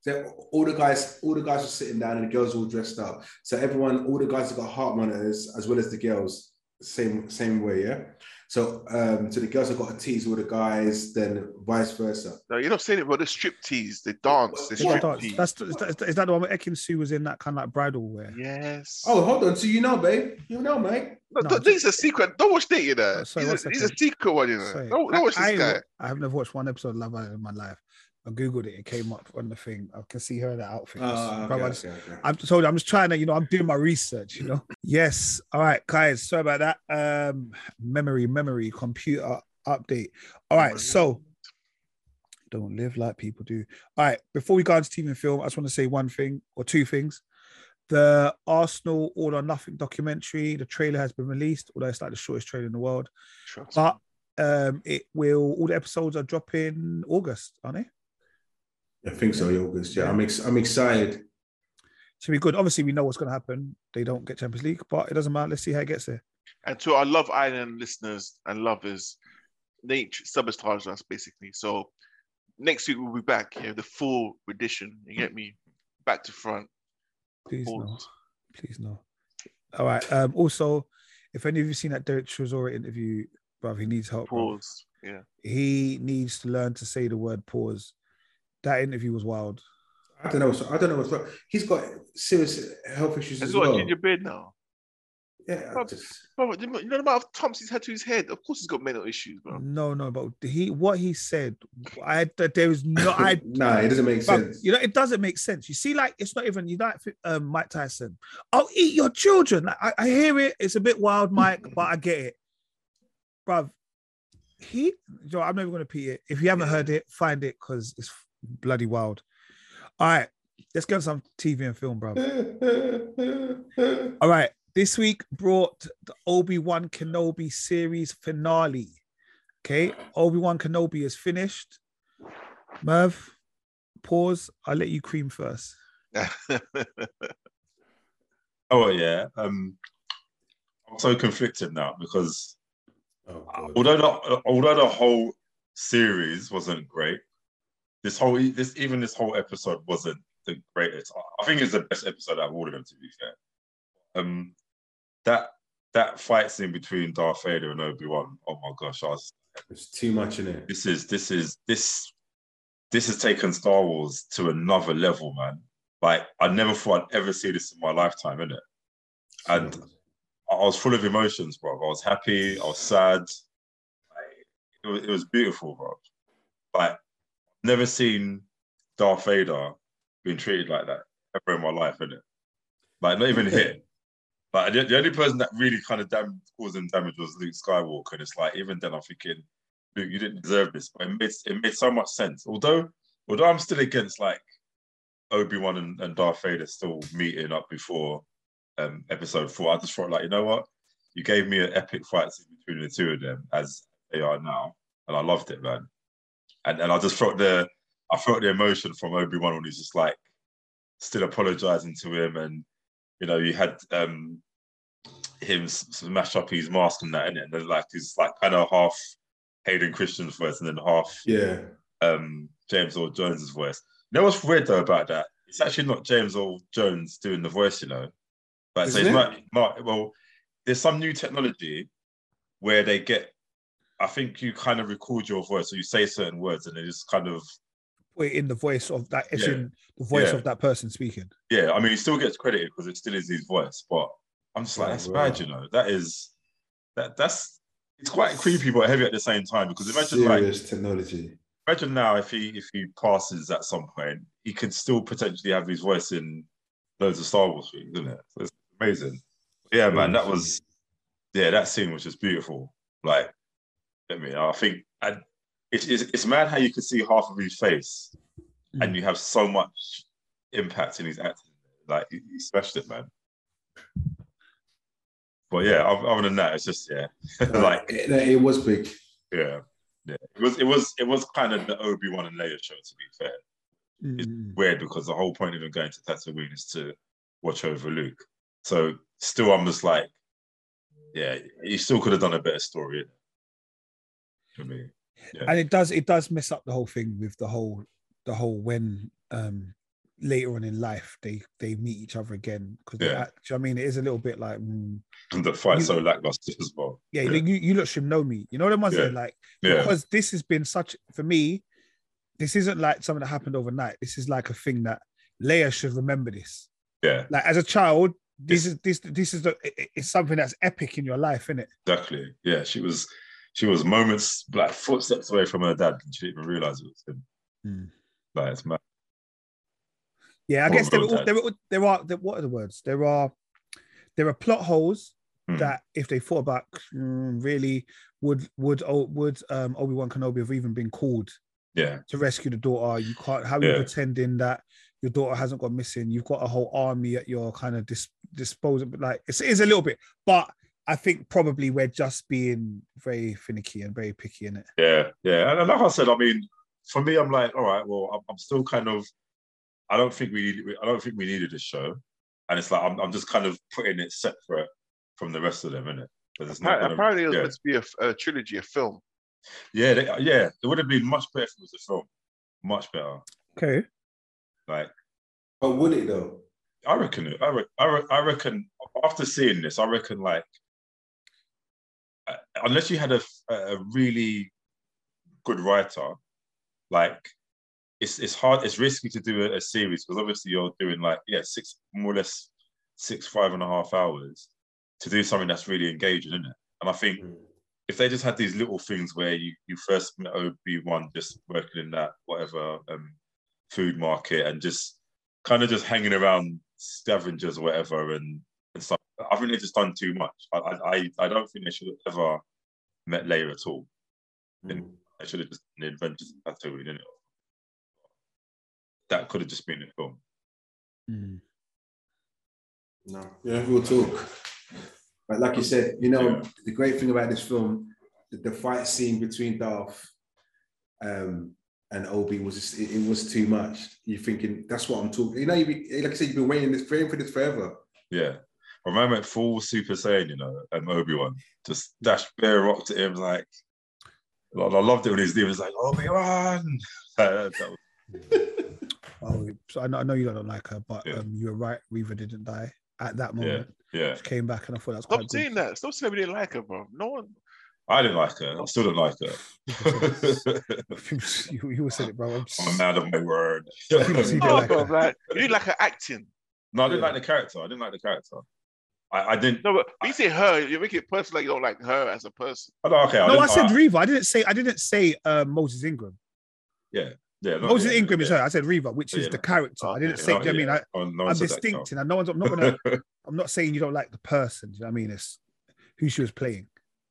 so all the guys, all the guys were sitting down, and the girls all dressed up. So everyone, all the guys have got heart monitors as well as the girls, same same way, yeah. So um, so the girls have got to tease all the guys, then vice versa. No, you're not saying it, but the strip tease, they dance, they What strip That's, tease. that's, is that- is that the one where Ekin Sue was in that kind of like bridal wear? Yes. Oh, hold on. So you know, babe. You know, mate. No, No, th- this is a secret. Don't watch that, you Oh, know. sorry, he's, a, one he's a second. secret one, you know. Sorry. Don't, don't watch I, this guy. I have never watched one episode of Love Island in my life. I googled it; it came up on the thing. I can see her in that outfit. Ah, Bro, okay, I just- okay, okay. I'm just told you, I'm just trying to, you know, I'm doing my research, you know. Yes. All right, guys. Sorry about that. Um, memory, memory, computer update. All Oh right, so don't live like people do. All right, before we go on to TV and film, I just want to say one thing or two things. The Arsenal All or Nothing documentary, the trailer has been released, although it's like the shortest trailer in the world. Trust me. But um, it will all the episodes are dropping August, aren't they? I think so, August. Yeah, I'm ex- I'm excited. Should be good. Obviously, we know what's going to happen. They don't get Champions League, but it doesn't matter. Let's see how it gets there. And to our Love Island listeners and lovers, Nate sabotaged us basically. So next week we'll be back. Yeah, the full edition. You get me? Back to front. Please no. Pause. Please no. All right. Um, also, if any of you've seen that Derek Chisora interview, bruv, he needs help. bruv. Pause. Yeah. He needs to learn to say the word pause. That interview was wild. I don't know. So I don't know what's wrong. He's got serious health issues Has as he got a well. ginger beard now? Yeah, I just- Bro, you know the amount of thumps he's had to his head? Of course he's got mental issues, Oh. bro. No, no, but he what he said, I that there is no I nah, it doesn't make bruv, sense. you know, it doesn't make sense. You see, like it's not even you know like, um, Mike Tyson. I'll eat your children. Like, I, I hear it, it's a bit wild, Mike, but I get it. Bruv, he Joe, I'm never gonna repeat it. If you haven't heard it, find it because it's bloody wild. All right, let's get on some TV and film, bruv. All right, this week brought the Obi Wan Kenobi series finale. Okay, Obi Wan Kenobi is finished. Merv, pause. I'll let you cream first. Mm. Oh yeah. Um, I'm so conflicted now because Oh, God. although the, although the whole series wasn't great, this whole this even this whole episode wasn't the greatest. I- I think it's the best episode out of all of them. To be fair, um, that that fight scene between Darth Vader and Obi Wan. Oh my gosh, I was, There's too much in it. this is this is this this has taken Star Wars to another level, man. Like I never thought I'd ever see this in my lifetime, innit? And I was full of emotions, bro. I was happy. I was sad. Like, it, was, it was beautiful, bro. Like, never seen Darth Vader being treated like that ever in my life, innit? Like, not even here. Like, the, the only person that really kind of dam- caused him damage was Luke Skywalker. And it's like, even then, I'm thinking, Luke, you didn't deserve this. But it made, it made so much sense. Although, although I'm still against, like, Obi Wan and, and Darth Vader still meeting up before um, Episode Four, I just felt like you know what, you gave me an epic fight scene between the two of them as they are now, and I loved it, man. And and I just felt the I felt the emotion from Obi Wan when he's just like still apologizing to him, and you know you had um, him s- smash up his mask and that, innit? and then like he's like kind of half Hayden Christian's voice and then half Yeah. um, James Earl Jones's voice. You know what's weird though about that? It's actually not James Earl Jones doing the voice, you know. Like, so it's Isn't it? not, not well. There's some new technology where they get. I think you kind of record your voice, so you say certain words, and they just kind of Put it in the voice of that. It's Yeah. in the voice Yeah. of that person speaking. yeah. I mean, he still gets credited because it still is his voice, but I'm just like, Oh, that's wow. bad, you know. That is that that's it's quite creepy but heavy at the same time because imagine like serious technology. Imagine now if he if he passes at some point, he could still potentially have his voice in loads of Star Wars things, isn't it? So it's amazing. Yeah, man, that was yeah, that scene was just beautiful. Like, I mean, I think and it's it's, it's mad how you can see half of his face, and you have so much impact in his acting. Like, he, he smashed it, man. But yeah, oth- other than that, it's just yeah, like it, it was big. yeah, yeah. It was it was it was kind of the Obi Wan and Leia show to be fair. Mm. Weird because the whole point of him going to Tatooine is to watch over Luke. So still, I'm just like, yeah, he still could have done a better story. innit? For me, and it does it does mess up the whole thing with the whole the whole when um later on in life they they meet each other again because Yeah. I mean it is a little bit like mm, and the fight's You- so lackluster as well. yeah, Yeah. You, you lot should know me you know the ones that Yeah. are like Yeah, because this has been such for me this isn't like something that happened overnight this is like a thing that Leia should remember this yeah, like as a child this is this this is the, it- it- it's something that's epic in your life isn't it exactly. Yeah, she was, she was moments like footsteps away from her dad, and she didn't even realize it was him. Hmm. Like it's mad. yeah I Oh, guess there, God, were- there, were- there are there, what are the words there are there are plot holes Hmm. that if they thought about mm, really would would oh, would um, Obi Wan Kenobi have even been called Yeah, to rescue the daughter? You can't. How are you Yeah. pretending that your daughter hasn't gone missing? You've got a whole army at your kind of dis- disposal. But like it's, it's a little bit, but I think probably we're just being very finicky and very picky in it. yeah, yeah. And, and like I said, I mean, for me, I'm like, all right, well, I'm, I'm still kind of, I don't think we need, I don't think we needed this show, and it's like I'm, I'm just kind of putting it separate from the rest of them, innit? 'Cause it's not gonna- Apparently, apparently it was yeah. meant to be a, f- a trilogy, a film. yeah, they, yeah. It would have been much better if it was a film, much better. Okay. Like But would it though? I reckon, it- I, re- I, re- I reckon after seeing this, I reckon like uh, unless you had a, f- a really good writer, like it's it's hard, it's risky to do a, a series because obviously you're doing like yeah six more or less six five and a half hours to do something that's really engaging, isn't it? And I think if they just had these little things where you, you first met Obi Wan just working in that whatever um, food market and just kind of just hanging around scavengers or whatever and, and stuff. I think they've just done too much. I I, I- I don't think they should have ever met Leia at all. Mm. They should have just done the adventures of Tatooine, didn't it? That could have just been a film. Mm. No, yeah, we'll talk. But like you said, you know, Yeah. the great thing about this film, the, the fight scene between Darth um, and Obi was just, it, it was too much. You're thinking that's what I'm talking. You know, you be, like I said, you've been waiting this waiting for this forever. Yeah. I remember it full Super Saiyan, you know, and Obi Wan just dashed bare rock to him like. I I loved it when his name was like Obi Wan. that, that was- Oh, so I know, I know you don't like her, but Yeah. um, you were right. Reaver didn't die at that moment. yeah, She came back, and I thought that's Stop quite good. saying that. Stop saying we didn't like her, bro. No one. I didn't like her. I still don't like her. you, you said it, bro. I'm I'm a just- man of my word. no, You see No, didn't like bro. her. Like, you didn't like her acting. I didn't like the character. I didn't like the character. I, I didn't. No, but when you say her, you make it personal. Like you don't like her as a person. I don't, okay, I no, didn't, I said Reaver. I didn't say I didn't say uh, Moses Ingram. yeah, no, Moses Oh, yeah, Ingram yeah, is her. I said Reva, which is Yeah. the character. I didn't say. no, do you know what I yeah. mean? No, no I, one I'm said that, no. distinct, and I know I'm not. I'm not gonna. I'm not saying you don't like the person. Do you know what I mean? It's who she was playing.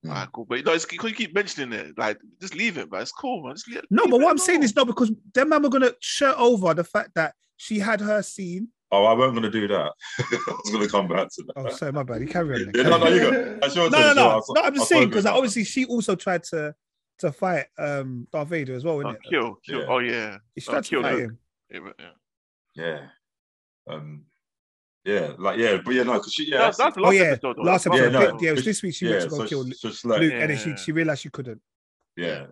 Mm. Alright, cool. But no, it's because you keep mentioning it. Like, just leave it, but it's cool, man. Just leave, No, leave but it what I'm saying alone. is no, because them man were gonna shirt over the fact that she had her scene. Oh, I weren't going to do that. I was going to come back to that. Oh, sorry, my bad. You carry on. then, Yeah, carry no, on. no, you go. That's your no, turn, so no, no. I'll- No, I'm I'll just saying follow because you. obviously she also tried to to fight um Darth Vader as well, Oh, isn't it? kill, kill. Yeah. Oh yeah. She tried to kill fight Luke. him. yeah, but, yeah. Yeah. Um. Yeah, like yeah, but yeah, no, because she yeah. that's- That, that's the Oh last yeah, episode. Though. That's last the episode. Yeah, no. Yeah, it was this week she yeah, went to go so kill it's Luke, just like Luke, and then she Yeah. she realized she couldn't. yeah.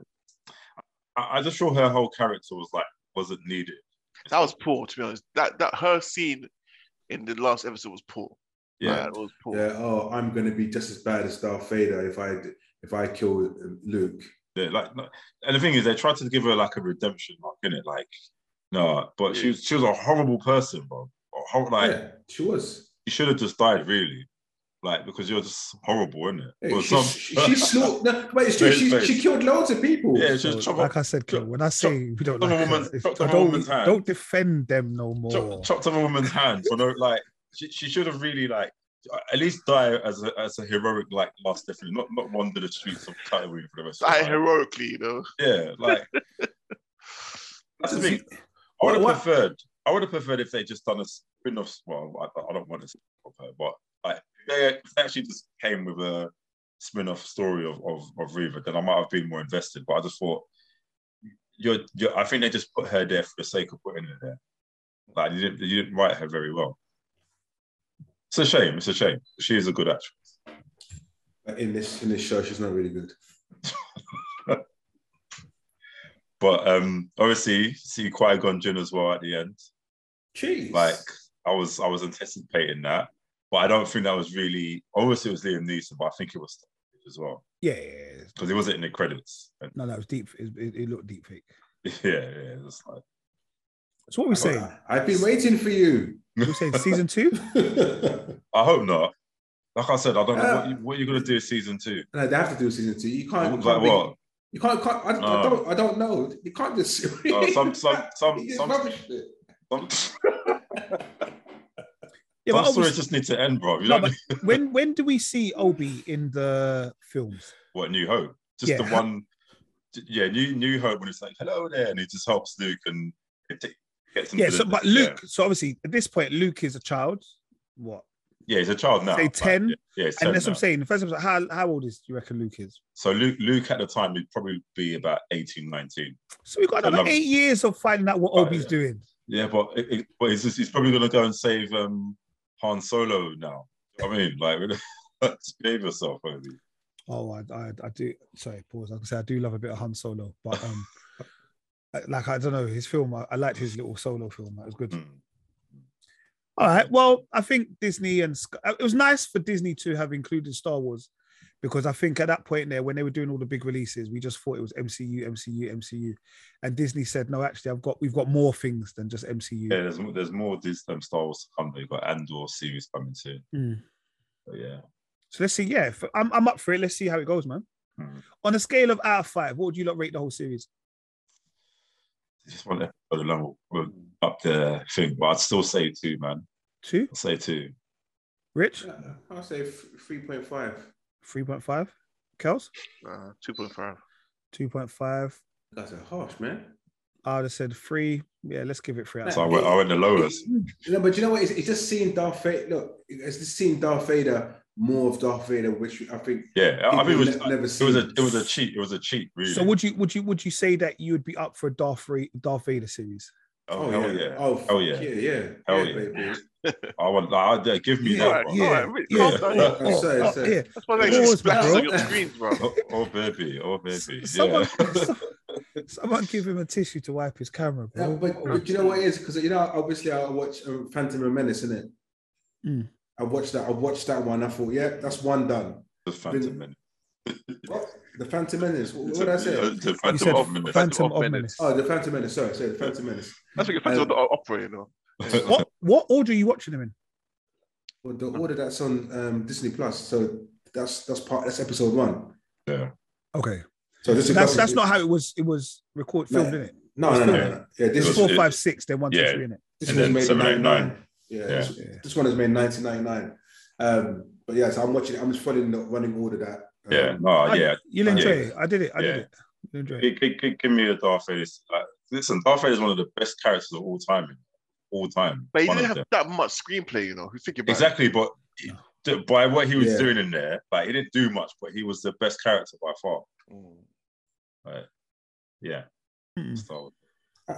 I, I just feel her whole character was like wasn't needed. That was poor, to be honest. That that her scene in the last episode was poor. yeah. Like, it was poor. Yeah. Oh, I'm gonna be just as bad as Darth Vader if I if I kill um, Luke. Yeah, like, no- and the thing is, they tried to give her like a redemption arc in it, like, no, but she Yeah. was she was a horrible person, bro. A hor- like, yeah, she was. you should have just died, really, like, because you're just horrible, isn't it? Hey, Or she, some- she, she slaughtered. No, wait, it's true. Face, She, face. she killed loads of people. yeah, So, just chop like up, I said, Kil, chop- when I say we don't chop like the woman's- her, it's- chop the don't woman's hand. don't defend them no more. chop, chopped off a woman's hand. You know, like, she, she should have really like. At least die as a, as a heroic like last definitely not not wander the streets of Tatooine for the rest of I her life. heroically, you know. Yeah, like that's the thing. I would have What- preferred. I would have preferred if they just done a spin-off. Well, I, I don't want to spin off her, but like they they actually just came with a spin-off story of of, of Reva, then I might have been more invested. But I just thought, you're, you're, I think they just put her there for the sake of putting her there. Like you didn't, you didn't write her very well. It's a shame. It's a shame. She is a good actress. In this in this show, she's not really good. But um, obviously, see Qui Gon Jinn as well at the end. Jeez. Like I was, I was anticipating that, but I don't think that was really. Obviously, it was Liam Neeson, but I think it was staged as well Yeah, yeah, yeah. because it wasn't in the credits. And, No, that was deep. It, it, it looked deep fake. yeah, yeah, it's like So what are we saying? I've been waiting for you. We're saying season two. no, I hope not. Like I said, I don't know Uh, what, you, what you're gonna do in season two. they have to do season two. You can't. Like You can't, be- what? you can't, can't- I, I No. don't. I don't know. You can't just. No, Oh, some, some, some, You just some, rubbish it. some, Yeah, some but stories obviously, just need to end, bro. You No, don't but- need when when do we see Obi in the films? what New Hope. Just Yeah, the how- one. Yeah, New New Hope when it's like hello there, and he just helps Luke and it ta- gets him Yeah, to the- so but yeah. Luke. So obviously, at this point, Luke is a child. What? Yeah, he's a child now. Say like, 10, yeah, yeah, he's 10 And that's what now. I'm saying. The first episode, how how old is do you reckon Luke is? So Luke, Luke at the time would probably be about 18, 19. So we got So another another- eight years of finding out what Oh, Obi's yeah. doing. Yeah, but it, it- but he's, just, he's probably going to go and save um, Han Solo now. I mean, like, just behave yourself, Obi. Oh, I, I I do. Sorry, pause. I can say I do love a bit of Han Solo, but um, I- like I don't know his film. I, I liked his little solo film. That was good. Hmm. All right. Well, I think Disney and Sc- uh, it was nice for Disney to have included Star Wars because I think at that point there, when they were doing all the big releases, we just thought it was MCU, MCU, MCU, and Disney said, "No, actually, I've got we've got more things than just MCU." Yeah, there's, more- there's more of these um, Star Wars to come. They've got Andor series coming soon. Mm. But yeah. So let's see. Yeah, if- I'm I'm up for it. Let's see how it goes, man. Mm. On a scale of out of five, what would you lot rate the whole series? Just want to go level we're up the thing, but I'd still say two, man. Two, I'd say two. Rich, I'll Uh, say three point five. three point five, Kels, Uh, Two point five. two point five. That's a harsh man. I'd have said three. Yeah, let's give it three. Out of So five. I went, I went the lowest. No, but you know what? It's, it's just seeing Darth Vader. Look, it's just seeing Darth Vader more of Darth Vader, which I think Yeah, I, I mean, it was, people never it was a it was a cheat. It was a cheat, really. So would you would you would you say that you would be up for a Darth Ra- Darth Vader series? oh, hell yeah. Hell Oh, fuck yeah. Yeah, yeah. Hell yeah. yeah. baby. I want like, I- give me Yeah, that. one. yeah, really, yeah. calm down. Yeah. Oh, sorry, sorry. yeah. That's why they Yeah. keep splashing Yeah. on your screens, bro. Oh, oh, baby, oh baby, S- yeah. Someone, someone give him a tissue to wipe his camera. Bro. No, but, but you know what it is? Because you know, obviously, I watch um, Phantom and Menace, innit? Mm. I watched that. I watched that one. I thought, yeah, that's one done. the Phantom Menace. What? The Phantom Menace. What, what did I Yeah, say? The you Phantom said of Menace. Phantom Phantom of of Menace. Oh, the Phantom Menace. Sorry, sorry, the Phantom Menace. That's what you're fans of the opera, you know. Oh. What what order are you watching him in? Well, the order that's on um, Disney Plus. So that's that's part. That's episode one. Yeah. Oh. Okay, So this is that's that's not how it was. It was record No. filmed, in it? No, no, no, Yeah. no. no. Yeah, It this was is four, was- five, six, then one, two, yeah. three, innit? this and was then made in 789. 99. Yeah, This, Yeah. this one is made in 1999. Um, but yeah, so I'm watching. I'm just following the running order that Yeah, no, I- Oh, yeah. You'll enjoy Yeah. it. I did it. I did Yeah. it. You'll enjoy it. Give, give- give- give me a Darth Vader. Like, listen, Darth Vader is one of the best characters of all time. man. All time. But he One didn't of have them. that much screenplay, you know. If you think about Exactly, but d- by what he was Yeah. doing in there, like he didn't do much, but he was the best character by far. it. Mm. Yeah. Mm. Star Wars.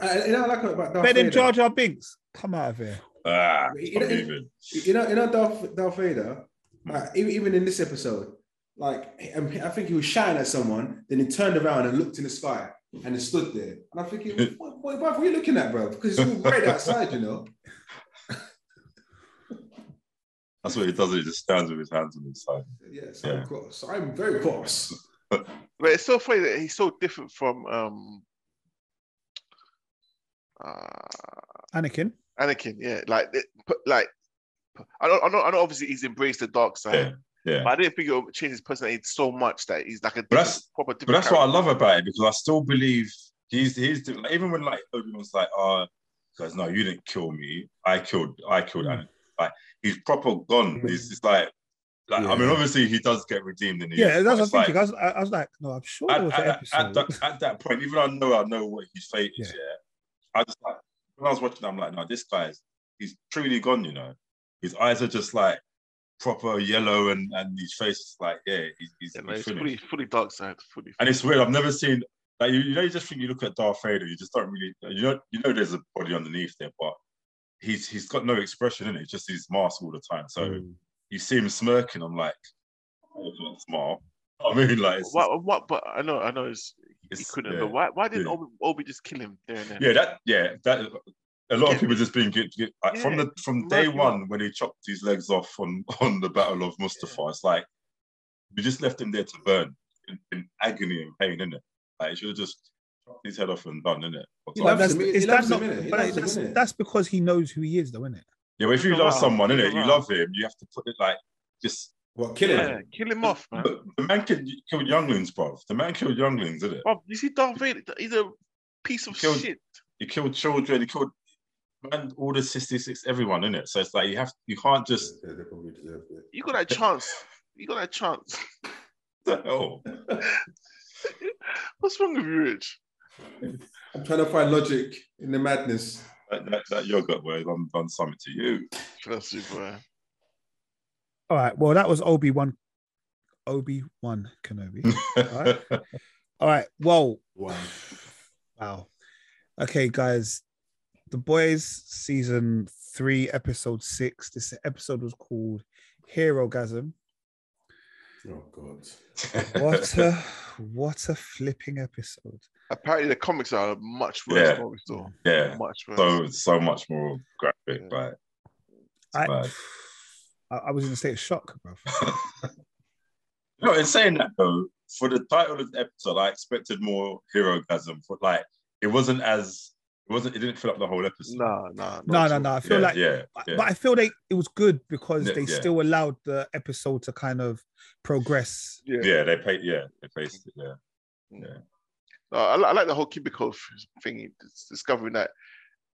I, you know, I like Hmm. it about Darth Better than Vader. Jar Jar Binks. Come out of here. Ah, But he- stop he- moving. You know, you know Darth, Darth Vader. Like, even even in this episode, like he- um, I think he was shouting at someone, then he turned around and looked in the sky and he stood there. And I'm thinking, what, what, what are you looking at, bro? Because it's all red outside, you know. That's what he does. He just stands with his hands on his side. Yeah, so I'm cross. I'm very cross. But it's so funny that he's so different from um uh Anakin. Anakin, yeah. Like, it- but, like, I don't, I know, I know. Obviously, he's embraced the dark side, Yeah, yeah. but I didn't think it would change his personality so much that he's like a But that's- different- proper. But that's what I love about it because I still believe he's he's doing- like, even when like Obi Wan's like, oh, because no, you didn't kill me. I killed I killed Mm. Anakin. Like he's proper gone. Hmm. Mm. He's just like, like I mean, Yeah. obviously he does get redeemed in the Yeah, end, that's but what I'm it's like- thinking. I, was, I, I was like, no, I'm sure at, there was an at- at episode. that, at that point, even though I know I know what his fate is, Yeah. yeah. I just like when I was watching, I'm like, no, this guy's he's truly gone, you know. His eyes are just like proper yellow and and his face is like, yeah, he's, he's, Yeah, he's man, it's finished. fully, fully dark side. Fully. And it's weird, I've never seen like you, you know, you just think you look at Darth Vader, you just don't really you know you know there's a body underneath there, but he's he's got no expression in it, it's just his mask all the time. So Mm. you see him smirking, I'm like, oh, not smile. I mean, like, it's, what, what? But I know, I know. It's, he it's- couldn't. yeah. But why, why didn't yeah. Obi, Obi just kill him there and then? Yeah, that yeah, that a lot Yeah. of people just been get, get- like, from Yeah, the from mad, day you know. one when he chopped his legs off on on the Battle of Mustafa. It's like we just left him there to burn in, in agony and pain, innit? Like you should have just chopped his head off and done, innit? Or He something. loves that's, him, he is that loves not, him, innit? He but loves him, that's, innit? that's because he knows who he is, though, isn't it? Yeah, but if you Look love around, someone, look innit, you around. love him. You have to put it like just. What killer? Yeah, kill him off, man. But the man killed, killed younglings, bruv. The man killed younglings, did it? Bruv, you see, Darth Vader, he's a piece of Killed- shit. He killed children. He killed man, all the sixty-six, everyone, innit? So it's like you have, you can't just They- they probably deserved it. You got that chance. You got that chance. the hell? What's wrong with you, Rich? I'm trying to find logic in the madness. That, that, that yogurt word done, done something to you. Trust you, bro. All right. Well, that was Obi Wan, Obi Wan Kenobi. Right. All right. Well, Wow. wow. Okay, guys. The Boys season three, episode six. This episode was called Hero Gasm. Oh God. What a what a flipping episode. Apparently, the comics are much worse. Yeah. than what we saw. yeah, Much worse. so so much more graphic, Yeah. like I, Right. I I was in a state of shock, bro. no. In saying that though, for the title of the episode, I expected more hero gasm. For like, it wasn't as it wasn't. It didn't fill up the whole episode. No, no, No, not no, at no. all. I feel yeah, like yeah, But- yeah. but I feel they it was good because Yeah, they yeah. still allowed the episode to kind of progress. Yeah. yeah, they paid. Yeah, they faced it. Yeah, No, I, li- I like the whole cubicle thing. it's Discovering that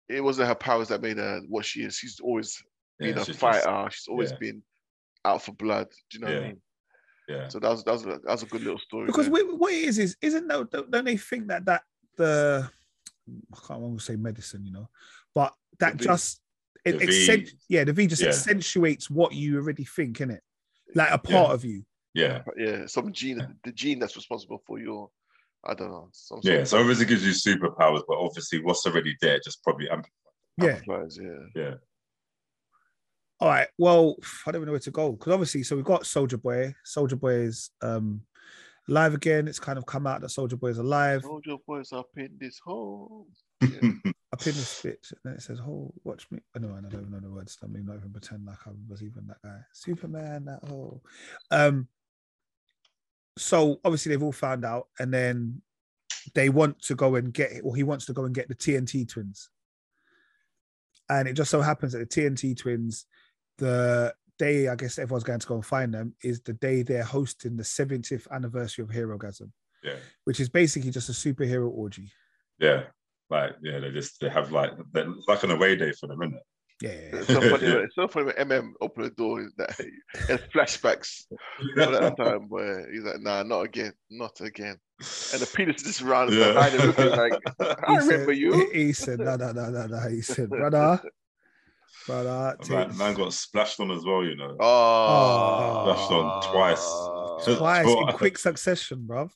it wasn't her powers that made her what she is. She's always yeah been a she just- fighter. she's always yeah. been out for blood. Do you know what I Yeah. mean? yeah, So that was that was a, that was a good little story. Because there. we, what it is is isn't no don't, don't they think that that the I can't remember to say medicine, you know, but that The V. just it The V. accent, yeah the V just Yeah. accentuates what you already think in it, like a part of you. yeah, yeah, some gene, the gene that's responsible for your, I don't know, some sort yeah. of So obviously it gives you superpowers, but obviously what's already there just probably um, ampli- Yeah. amplifiers, yeah. All right. Well, I don't even know where to go because obviously, so we've got Soldier Boy. Soldier Boy is um live again. It's kind of come out that Soldier Boy is alive. Hold your voice up in this hole. up in this bitch, and then it says, "Oh, watch me." I know, I don't even know the words. I'm not even pretend like I was even that guy. Superman, that whole. Um. So obviously they've all found out, and then they want to go and get, or he wants to go and get the TNT twins. And it just so happens that the TNT twins, the day I guess everyone's going to go and find them is the day they're hosting the 70th anniversary of Hero Gasm, yeah. which is basically just a superhero orgy. Yeah, like yeah, they just they have like they're like an away day for them, isn't it? Yeah, yeah, yeah. It's so funny. when- it's so funny when MM opened the door is that and flashbacks of that time where he's like, "Nah, not again, not again." And the penis just round Yeah. behind him, looking like, "I He remember said- you." He, he said, no, no, no, no, no. He said, brother, brother, Man, take- man got splashed on as well, you know. Oh, That's on twice. twice in Twice. quick succession, bruv.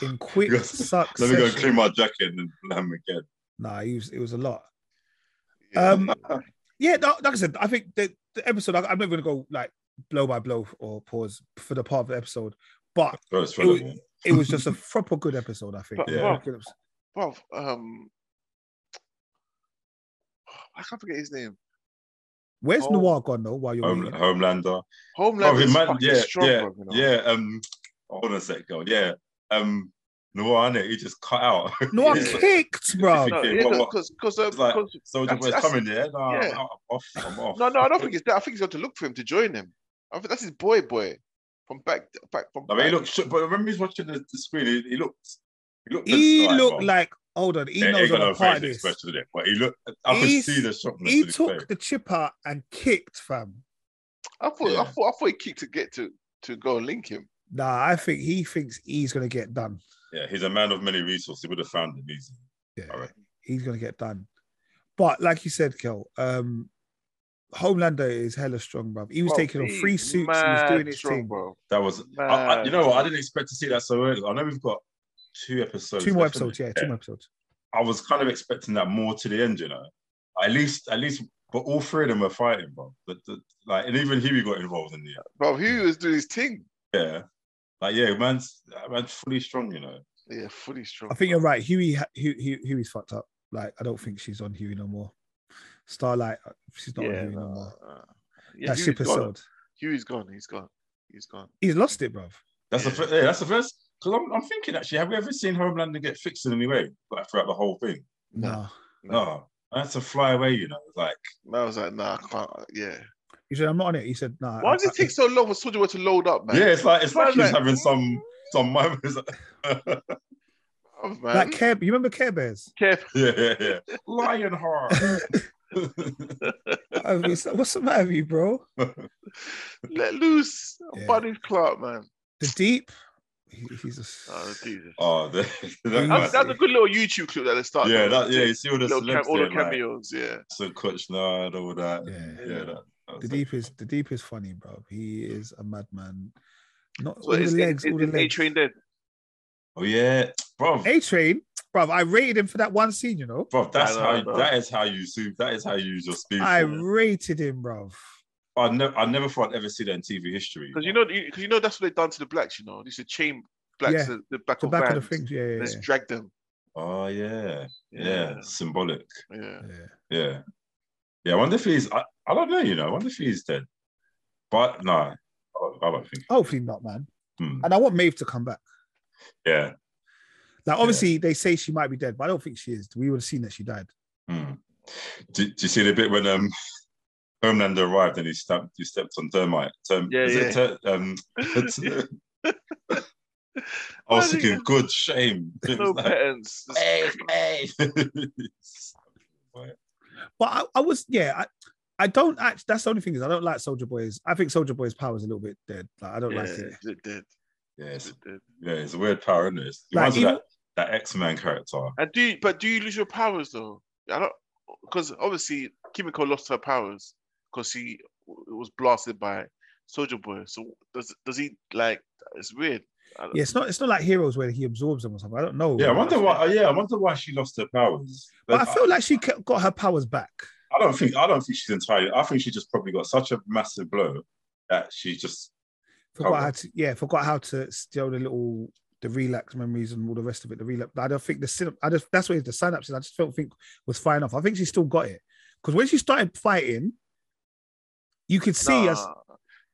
In quick Let me Let succession. me go and clean my jacket and lamb again. Nah, he was, it was a lot. Yeah. Um, yeah, no, like I said, I think the, the episode. I, I'm not going to go like blow by blow or pause for the part of the episode, but Oh, it's It was- relevant. it was just a proper good episode. I think. But- Yeah. Good episode. Bruv, um, I can't forget his name. Where's Oh. Noir gone though? While you're Home, waiting? Homelander. Homeland Bruv, is man- fucking yeah, strong, yeah, bruv, you know? Yeah. Um. Hold on a sec, girl. Yeah. Um. Noir, innit? He just cut out. Noir Yeah. kicked, bro. No, Okay, yeah, what- what- because because um, It's like- oh, 'cause- so That's- when it's that's- coming there, no, yeah. I'm off. I'm off. no, no, I don't think it's that. I think he's got to look for him to join him. I think that's his boy, boy from back back from. I mean, he back. looked. shook, But remember, he's watching the, the screen. He, he looked. He looked. He aside, looked bruv. like hold on. He Ain't- knows ain't got I'm a no part of facial this. expression in it, but he looked. I He's- could see the shockness. He in his face. took the chip out and kicked, fam. I thought I Yeah. thought I thought he kicked to get to to go and link him. Nah, I think he thinks he's gonna get done. Yeah, he's a man of many resources. He would have found him easy. Yeah. All right. he's gonna get done. But like you said, Kel, um, Homelander is hella strong, bruv. He was Bruv, taking on he's three suits. He was mad doing his strong, thing. bro. That was. I, I, you know what? I didn't expect to see that so early. I know we've got two episodes. Two more left, episodes, innit? yeah, two more episodes. I was kind of expecting that more to the end, you know. At least, at least, but all three of them were fighting, bro. But the, like, and even Huey got involved in the end. Bro, he was doing his thing. Yeah, like yeah, man's man's fully strong, you know. Yeah, fully strong. I think bruv. you're right. Huey, ha- Hu- Hu- Huey's fucked up. Like I don't think she's on Huey no more. Starlight, uh, she's not on Yeah, Huey no, nah, more. uh, yeah, that Huey's ship has gone. sold. Huey's gone. He's gone. He's gone. He's lost it, bruv. That's the Yeah. fir- yeah, that's the first. Because I'm, I'm thinking actually, have we ever seen Homelander get fixed in any way, like throughout the whole thing? Nah. Nah. No, that's a fly away, you know. Like Man, I was like, nah, I can't. Yeah. He said, "I'm not on it." He said, "Nah." Why I- does it I- take so long for Soldier Boy to load up, man? yeah, it's like it's like Imagine he's that. having some some moments. yeah, Oh, man. Like Care, you remember Care Bears? Kev, yeah, yeah. Lionheart. I was- What's the matter with you, bro? let loose. Yeah. Buddy Clark, man. The deep. He, he's a. Oh, Jesus. oh, the, that That's, man. that's a good little YouTube clip that they start. yeah, that, yeah. You see all the Little cam- celebs all the there, like, cameos, yeah. So Kutchner and all that. Yeah, yeah. Yeah. that, that was The it. deep is the deep is funny, bro. He is a madman. Not So all it's, the legs, it's, all the it's A legs. Train dead. Oh yeah, bro, A Train, bro. I rated him for that one scene, you know. bro. That's I know, how. bro. That is how you. see- That is how you use your speed. I for it. rated him, bro. I never, I never thought I'd ever see that in TV history. Because you know, because you know that's what they done to the blacks. You know, they used to chain blacks Yeah. to the back The of back vans. of the things, yeah, yeah, Let's drag them. Oh yeah, yeah, symbolic. yeah. yeah. yeah. Yeah, yeah. I wonder if he's. I, I don't know. You know, I wonder if he's dead. But no, I don't, I don't think. Hopefully not, man. Hmm. And I want Maeve to come back. Yeah. Like obviously they say she might be dead, but I don't think she is. We would have seen that she died. Hmm. Do, do you see the bit when um, Homelander arrived and he stamped, he stepped on termite? Term, Yeah, is it ter- um, I was thinking, Oh, good shame. It no was like, patterns. Just- "Hey, hey." But I, I was, yeah, I, I don't actually. That's the only thing is I don't like Soldier Boy's. I think Soldier Boy's power is a little bit dead. Like I don't yeah, like it. they're dead. yeah, it's, They're dead. yeah, it's a weird power, isn't it? It Like, reminds me of even- that, that X Men character. And do you, but do you lose your powers though? I don't because obviously Kimiko lost her powers because she w- was blasted by Soldier Boy. So does does he like? It's weird. I don't- Yeah, it's not. It's not like Heroes where he absorbs them or something. I don't know. Yeah, I wonder why. uh, Yeah, I wonder why she lost her powers. But I feel like she kept- got her powers back. I don't think I don't think she's entirely. I think she just probably got such a massive blow that she just Forgot Oh. how to. Yeah, forgot how to steal the little the relax memories and all the rest of it. The relapse. I don't think the synap. I just that's where the synapses. I just don't think was fine enough. I think she still got it because when she started fighting, you could see us. Nah.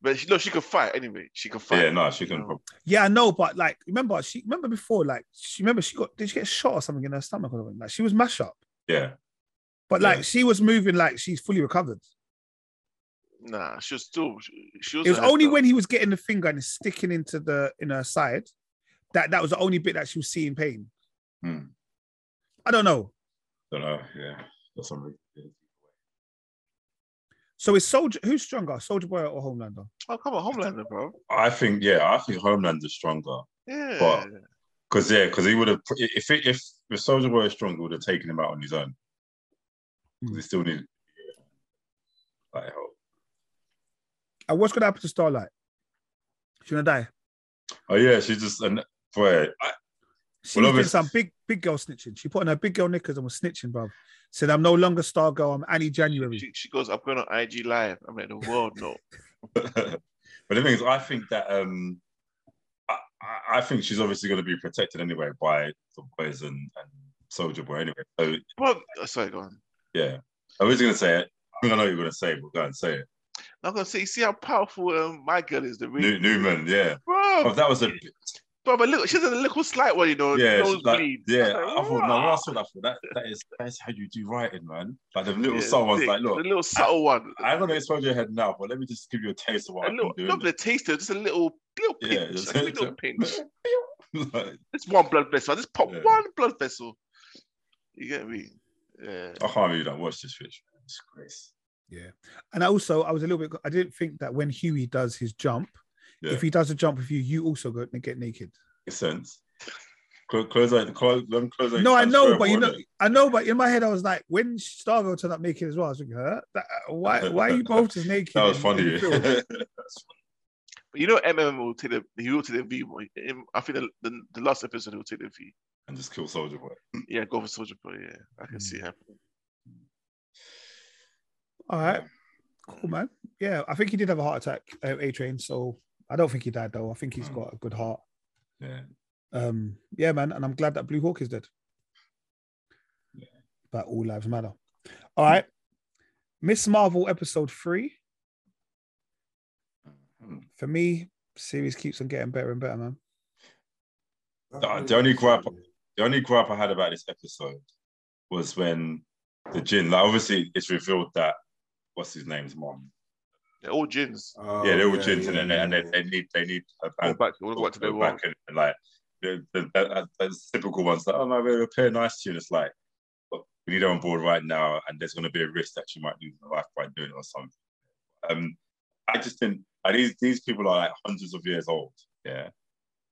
But she, no, she can fight anyway. She can fight. Um, yeah no she can No. probably Yeah, I know, but like remember she remember before like she remember she got did she get shot or something in her stomach or something like she was mashed up. yeah But like Yeah. she was moving like she's fully recovered. Nah, she was still. She, she It was herself. only when he was getting the finger and sticking into the in her side that that was the only bit that she was seeing pain. Hmm. I don't know. don't know yeah that's something So is Soldier who's stronger, Soldier Boy or Homelander? Oh, come on, Homelander, bro. I think, yeah, I think Homelander's stronger. Yeah. But- Because, yeah, because he would have, if it, if, if Soldier Boy was stronger, he would have taken him out on his own. 'Cause he still needed yeah, that help. And what's gonna happen to Starlight? She's gonna die. Oh, yeah, she's just, an, boy, I, She Well, was doing obvious- some big big girl snitching. She put on her big girl knickers and was snitching, bruv. Said, I'm no longer Star Girl, I'm Annie January. she, she goes, I'm going on IG Live. I'm letting the world know. but the thing is, I think that um, I, I- I think she's obviously going to be protected anyway by the boys and, and Soldier Boy anyway. So But oh, sorry, go on. yeah, I was going to say it. I think I know what you're going to say, it, but go and say it. I'm going to say, you see how powerful um, my girl is, the real. New, Newman, yeah. Oh, Bro, that was a bro, but look, she's a little slight one, you know. yeah, nose she's like, bleed. yeah. I was I like, thought no, when I "Rah." saw that, I thought that that is that's how you do writing, man. Like the little Yeah, someone's thick. like, look, the little subtle one. I'm going to explode your head now, but let me just give you a taste of what A I've been little, doing. not the taster, just a little, little Yeah, pinch, just- a little pinch. Like, It's one blood vessel. I just pop Yeah. one blood vessel. You get me? Yeah. I can't believe that. Watch this fish. It's grace. Yeah. And I also I was a little bit I didn't think that when Huey does his jump, Yeah. if he does a jump with you, you also go and get naked. Makes sense. Close, close, out- close, them close out No, I know, transferable, but you know, innit? I know, but in my head, I was like, when Stargirl turned up naked as well, I was thinking, huh? That, why, why are you both just naked? that was in- funny. in the film? But you know, MM will take the he will take the V. boy. Um, I think the, the, the last episode he will take the V. and just kill Soldier Boy. Yeah, go for Soldier Boy. Yeah, I can Mm. see it happening. All right, cool, man. Yeah, I think he did have a heart attack, uh, A Train. So I don't think he died though. I think he's Mm. got a good heart. Yeah. Um, yeah, man, and I'm glad that Blue Hawk is dead. But all lives matter. All right, Miss Marvel episode three Hmm. for me. Series keeps on getting better and better, man. The- the only gripe- The only gripe I had about this episode was when the Jin, like obviously, it's revealed that what's his name's mom. They're all gins. Oh, yeah, they're all Jins, and, yeah, then- and then yeah. they need they need a All bank. back. I want to go back to their world. and, and like the, the, uh, the, those typical ones like, oh my, we're appear nice to you. And it's like, but we need her on board right now, and there's going to be a risk that she might lose her life by doing it or something. Um, I just didn't. And these these people are like hundreds of years old. Yeah,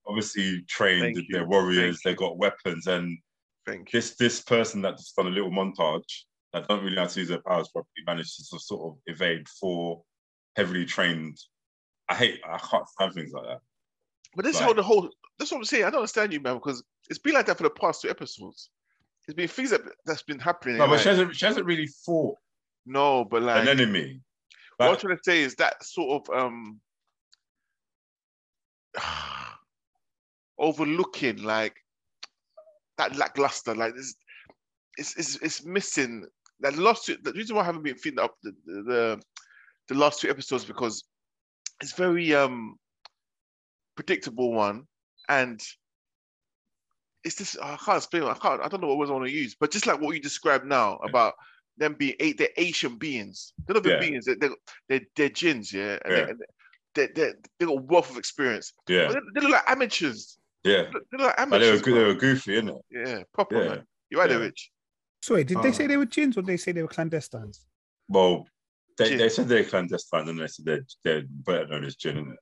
obviously trained. Thank you. They're warriors. Thank They got weapons, and Thank you. this this person that just done a little montage that don't really know how to use their powers properly managed to sort of evade four heavily trained. I hate. I can't stand things like that. But this Right. whole the whole that's what I'm saying. I don't understand you, man, because it's been like that for the past two episodes. It's been things that that's been happening. No, but like- she hasn't. She hasn't really fought no, but like an enemy. what Like, I'm trying to say is that sort of um overlooking like that lackluster like this it's it's, it's missing that last two, the reason why I haven't been feeding up the the, the the last two episodes because it's very um predictable one and it's this I can't explain I can't I don't know what words I want to use but just like what you described now Yeah. about them being eight they're Asian beings they're not even Yeah. beings they're, they're they're they're gins yeah and Yeah. they- and they they they they got wealth of experience yeah, But they, they look like amateurs yeah. they look- they look Like, they like were amateurs good. They were goofy, innit? bro. yeah proper Yeah. man you're right there Yeah. Rich So wait, did they Oh. say they were gins or did they say they were clandestines? Well, they, Gin. they said they're clandestine, and they said they're they're better known as gin, innit?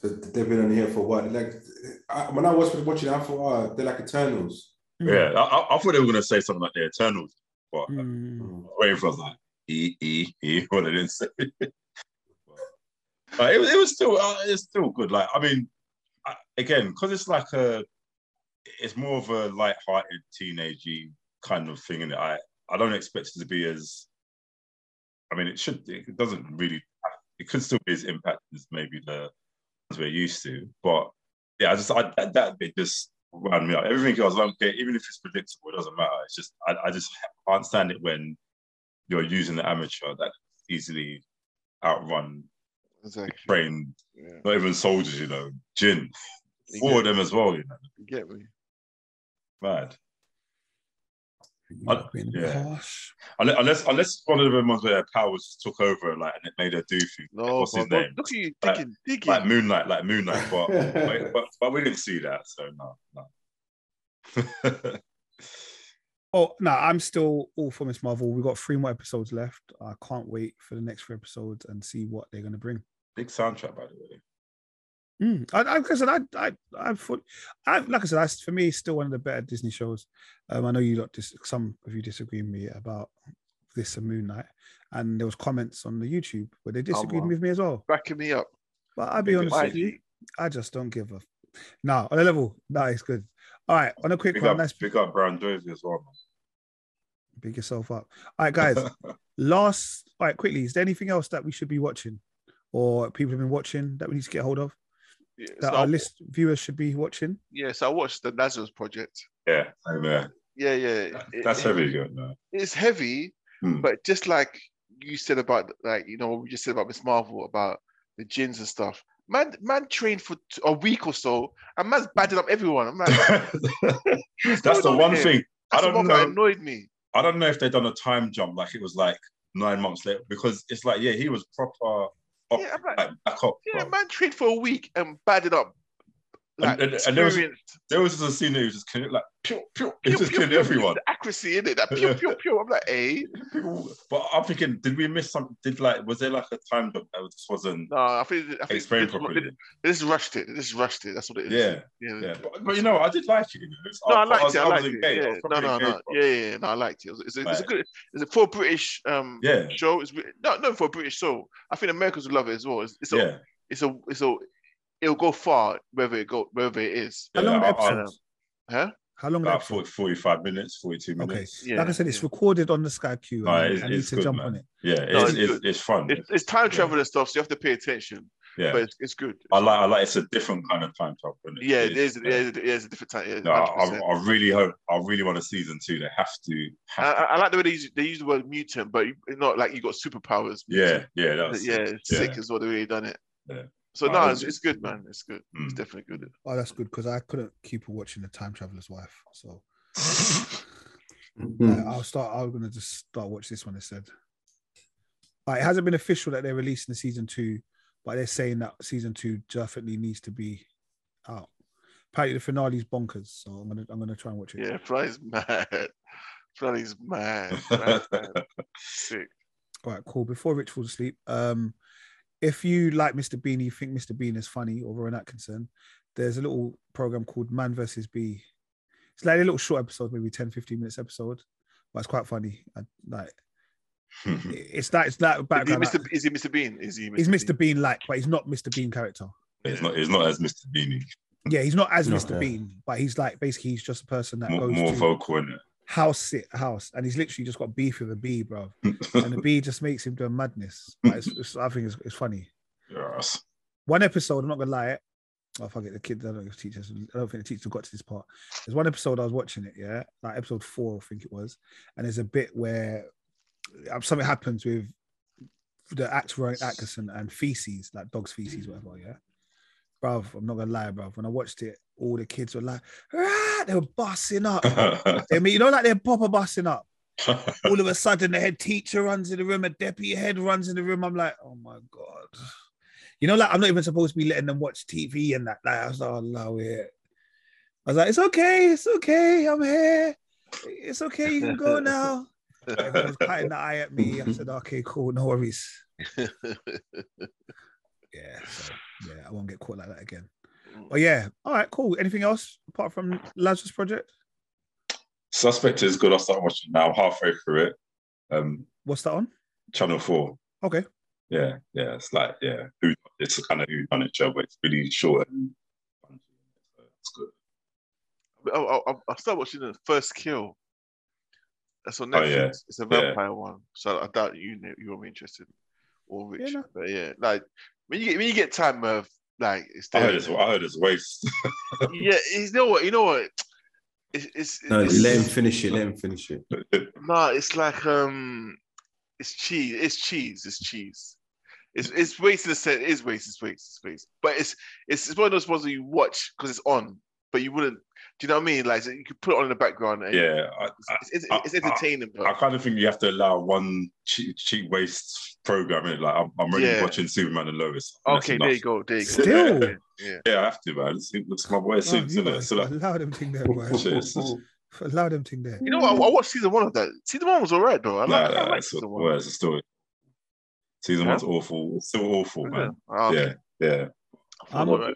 Th- th- They've been on here for what? Like I, when I was watching, it, I thought, oh, they're like Eternals. Mm-hmm. Yeah, I, I, I thought they were gonna say something like the Eternals, but I was Mm. Hmm. waiting for like e e e. What they didn't say. But it, was- it was still uh, it's still good. Like I mean, I, again, because it's like a, it's more of a light-hearted teenagey kind of thing, and I I don't expect it to be as. I mean, it should. It doesn't really. It could still be as impactful as maybe the ones we're used to, but yeah, I just I, that, that bit just wound me up. Everything else, I don't care. Even if it's predictable, it doesn't matter. It's just I, I just can't stand it when you're using the amateur that easily outrun exactly trained yeah not even soldiers, you know, gin. You Four of them as well, you know. you get me Mad. You've been Uh, yeah. harsh. Unless, unless unless one of them ones where their powers just took over like and it made her do things. no What's his bro, bro, name? look at you Like- digging digging Like Moonlight, like Moonlight, but but, but but we didn't see that, so no, no. Oh no, I'm still all for Miss Marvel. We've got three more episodes left. I can't wait for the next three episodes and see what they're going to bring. Big soundtrack, by the way. Mm. I, I, like I said, I, I, I, thought, I, like I said, that's for me still one of the better Disney shows. Um, I know you lot, dis- some of you disagree with me about this and Moon Knight, and there was comments on the YouTube where Oh, they disagreed wow. with me as well. Backing me up. But I'll be honest Why with you, I just don't give a. F- no, on a level, that is good. All right, on a quick Big one, up, let's big up Brown Jovi as well, big yourself up. All right, man. guys, last, all right, quickly, is there anything else that we should be watching or people have been watching that we need to get hold of Yeah, so that I- our list viewers should be watching? yeah, so I watched the Lazarus Project. yeah, same here. Yeah, yeah. it- That's it- heavy, good man. It's heavy, Hmm. but just like you said about, like, you know, what we just said about Miss Marvel, about the gins and stuff. Man, man trained for t- a week or so, and man's badding up everyone. I'm like, That's going the on one here? thing I that's the don't one that know. annoyed me. I don't know if they done a time jump, like it was like nine months later, because it's like, yeah, he was proper up, Yeah, I'm like, Oh, like, back up. yeah, bro. man trained for a week and badded up. Like, and- and there was- experienced. There was just a scene that he was just killing, like, pew, pew, he Pew, just pew, killing pew, everyone. The accuracy in it, that pew, pew, pew. I'm like, eh? People- But I'm thinking, did we miss something? Did like, was there like a time jump that just wasn't No, I think, I think explained this, properly? this rushed it. This rushed it. That's what it is. Yeah, yeah. yeah. But, but you know, I did like it. You know? It's- No, I was- liked it. I was liked it. engaged. I Yeah. was No, properly no, no. engaged, bro. Yeah, yeah, yeah. No, I liked it. It was- It's a, it's a Like- good. It's a for a British um Yeah. show. It's re- no, no, for a British show. I think Americans would love it as well. It's, it's a, Yeah, it's a, it's a, it'll go far wherever it go, wherever it is. How Yeah, long are the I- I- episodes? Huh? How long are the about episodes? 40, 45 minutes, 42 Okay. minutes. Yeah. like I said, it's recorded on the Sky Q. And No, I- it's- I need it's to good, jump man. on it. Yeah, No, it's, it's it's, good. it's fun. It's, it's time Yeah. travel and stuff, so you have to pay attention. yeah. But it's, it's good. I like I like it's a different kind of time travel. isn't Yeah, it is. It's- Yeah, it is a different time. Yeah, No, I, 100%. I really hope I really want a season two. They have to. I, Have I to. I like the way they use, they use the word mutant, but you- not like you got superpowers. yeah, yeah, that was yeah, it's yeah. sick as well the way they done it. Yeah. So Nah, no, it it's, was- it's good, man. It's good. It's Mm. definitely good. Oh, that's good because I couldn't keep watching the Time Traveler's Wife. So Hmm. Mhm. uh, I'll start. I'm gonna just start watch this one instead. Uh, it hasn't been official that they're releasing the season two, but they're saying that season two definitely needs to be out. Apparently, the finale's bonkers, so I'm gonna I'm gonna try and watch it. Yeah, Fry's mad. Fry's mad. Fry's mad. Sick. All right, cool. Before Rich falls asleep, um, if you like Mr. Bean, you think Mr. Bean is funny or Rowan Atkinson, there's a little program called Man versus Bee. It's like a little short episode, maybe 10, 15 minutes episode, but it's quite funny. I, like it's that it's that Is he, background. Mr. like- B- is he Mr. Bean? Is he Mr. he's Mr. Bean like, but he's not Mr. Bean character. it's not. It's not as Mr. Beanie. Yeah, he's not as No. Mr. Bean, but he's like basically he's just a person that More, goes more to vocal in house sit house, and he's literally just got beef with a bee, bro. it. And the bee just makes him do a madness. Like, it's, it's, I think it's, it's funny. yes. one episode, I'm not gonna lie. Oh forget the kids. I don't know if teachers. I don't think the teacher got to this part. There's one episode I was watching it, yeah, like episode four, I think it was, and there's a bit where um, something happens with the actor Rowan Atkinson and feces, like dog's feces, whatever. Yeah, bruv, I'm not gonna lie, bruv. When I watched it, all the kids were like, "Rah!" they were busting up. I mean, you know, like they're proper busting up. All of a sudden, the head teacher runs in the room, a deputy head runs in the room. I'm like, oh my god. You know, like I'm not even supposed to be letting them watch TV and that. Like I was like, oh, no, we're here. I was like, it's okay, it's okay, I'm here. It's okay, you can go now. Everyone was cutting the eye at me. I said, okay, cool, no worries. Yeah, so, yeah, I won't get caught like that again. But yeah, all right, cool. Anything else apart from Lazarus Project? Suspect is good. I start watching now. I'm halfway through it. Um, What's that on? Channel Four. Okay, Yeah, yeah. It's like yeah, who it's kind of who done it show, but it's really short and punchy. So It's good. I, I, Oh, I started watching the first kill. That's on Oh, Netflix. yeah. It's a Yeah. vampire one, so I doubt you know you won't be interested or rich. no. But yeah, like when you get when you get time of like it's I there. heard it's I heard it's waste. yeah, you know what? You know what? It's it's, No, it's let him finish it. Let him finish it. No, it's like um, it's cheese. It's cheese. It's cheese. It's it's racist. It is racist. Racist. Racist. But it's it's, it's one of those ones that you watch because it's on, but you wouldn't. Do you know what I mean? Like so you could put it on in the background. And yeah, I, I, It's, it's, I- it's entertaining, I but kind of think you have to allow one cheap, cheap waste program. innit? Like I'm, I'm already Yeah. watching Superman and Lois. and that's okay, there you enough. go, there you go. Still? yeah. Yeah, I have to, man. It's, it's my boy Bruv, Suits, Oh, isn't you it? guys So like, allow them thing there, boy. shit, it's, it's, Allow them thing there. You know, I, I watched season one of that. Season one was alright though. I Nah, like, I nah, like it's, a, season well, one. it's a story. Season Huh? one's awful. It's still awful, Is it? man. Ah, okay. Yeah, yeah. I I'm- thought, alright.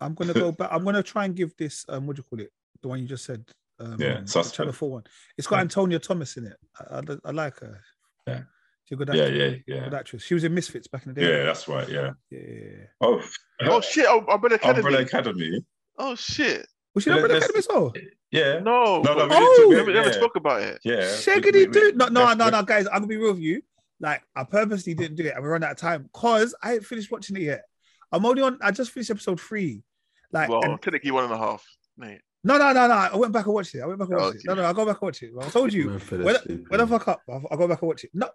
I'm gonna go back. I'm gonna try and give this. Um, what do you call it? The one you just said. Um, Yeah, the Suspect. Channel Four one. It's got Yeah. Antonia Thomas in it. I, I, I like her. Yeah. she's a good Yeah, actress. yeah, She's a yeah. Good actress. She was in Misfits back in the day. Yeah, that's right. Yeah. yeah. yeah, yeah. Oh, Oh shit! Oh, Umbrella Academy. Umbrella Academy. Oh shit! Was she But not let's- Academy as well? Yeah. No, no, No, but we didn't talk- we never, yeah. never spoke about it. Yeah. Shaggity dude. No, no, that's- no, no, guys. I'm gonna be real with you. Like, I purposely didn't do it, and we run out of time because I ain't finished watching it yet. I'm only on. I just finished episode three. Like, Well, and- technically one and a half. Mate. no, no, no, no. I went back and watched it. I went back and Oh, watched it. No, no, I go back and watch it. I told you. Man fell When- asleep, When I man. fuck up, I'll, I'll go back and watch it. No,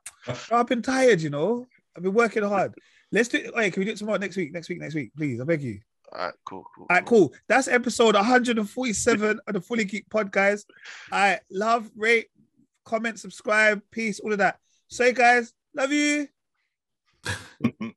I've been tired, you know. I've been working hard. Let's do it. Wait, can we do it tomorrow? Next week, next week, next week, please. I beg you. All right, cool, cool. All right, cool. That's episode 147 of the Fully Geek Podcast. All right, love, rate, comment, subscribe, peace, all of that. Say, guys, love you. Academy.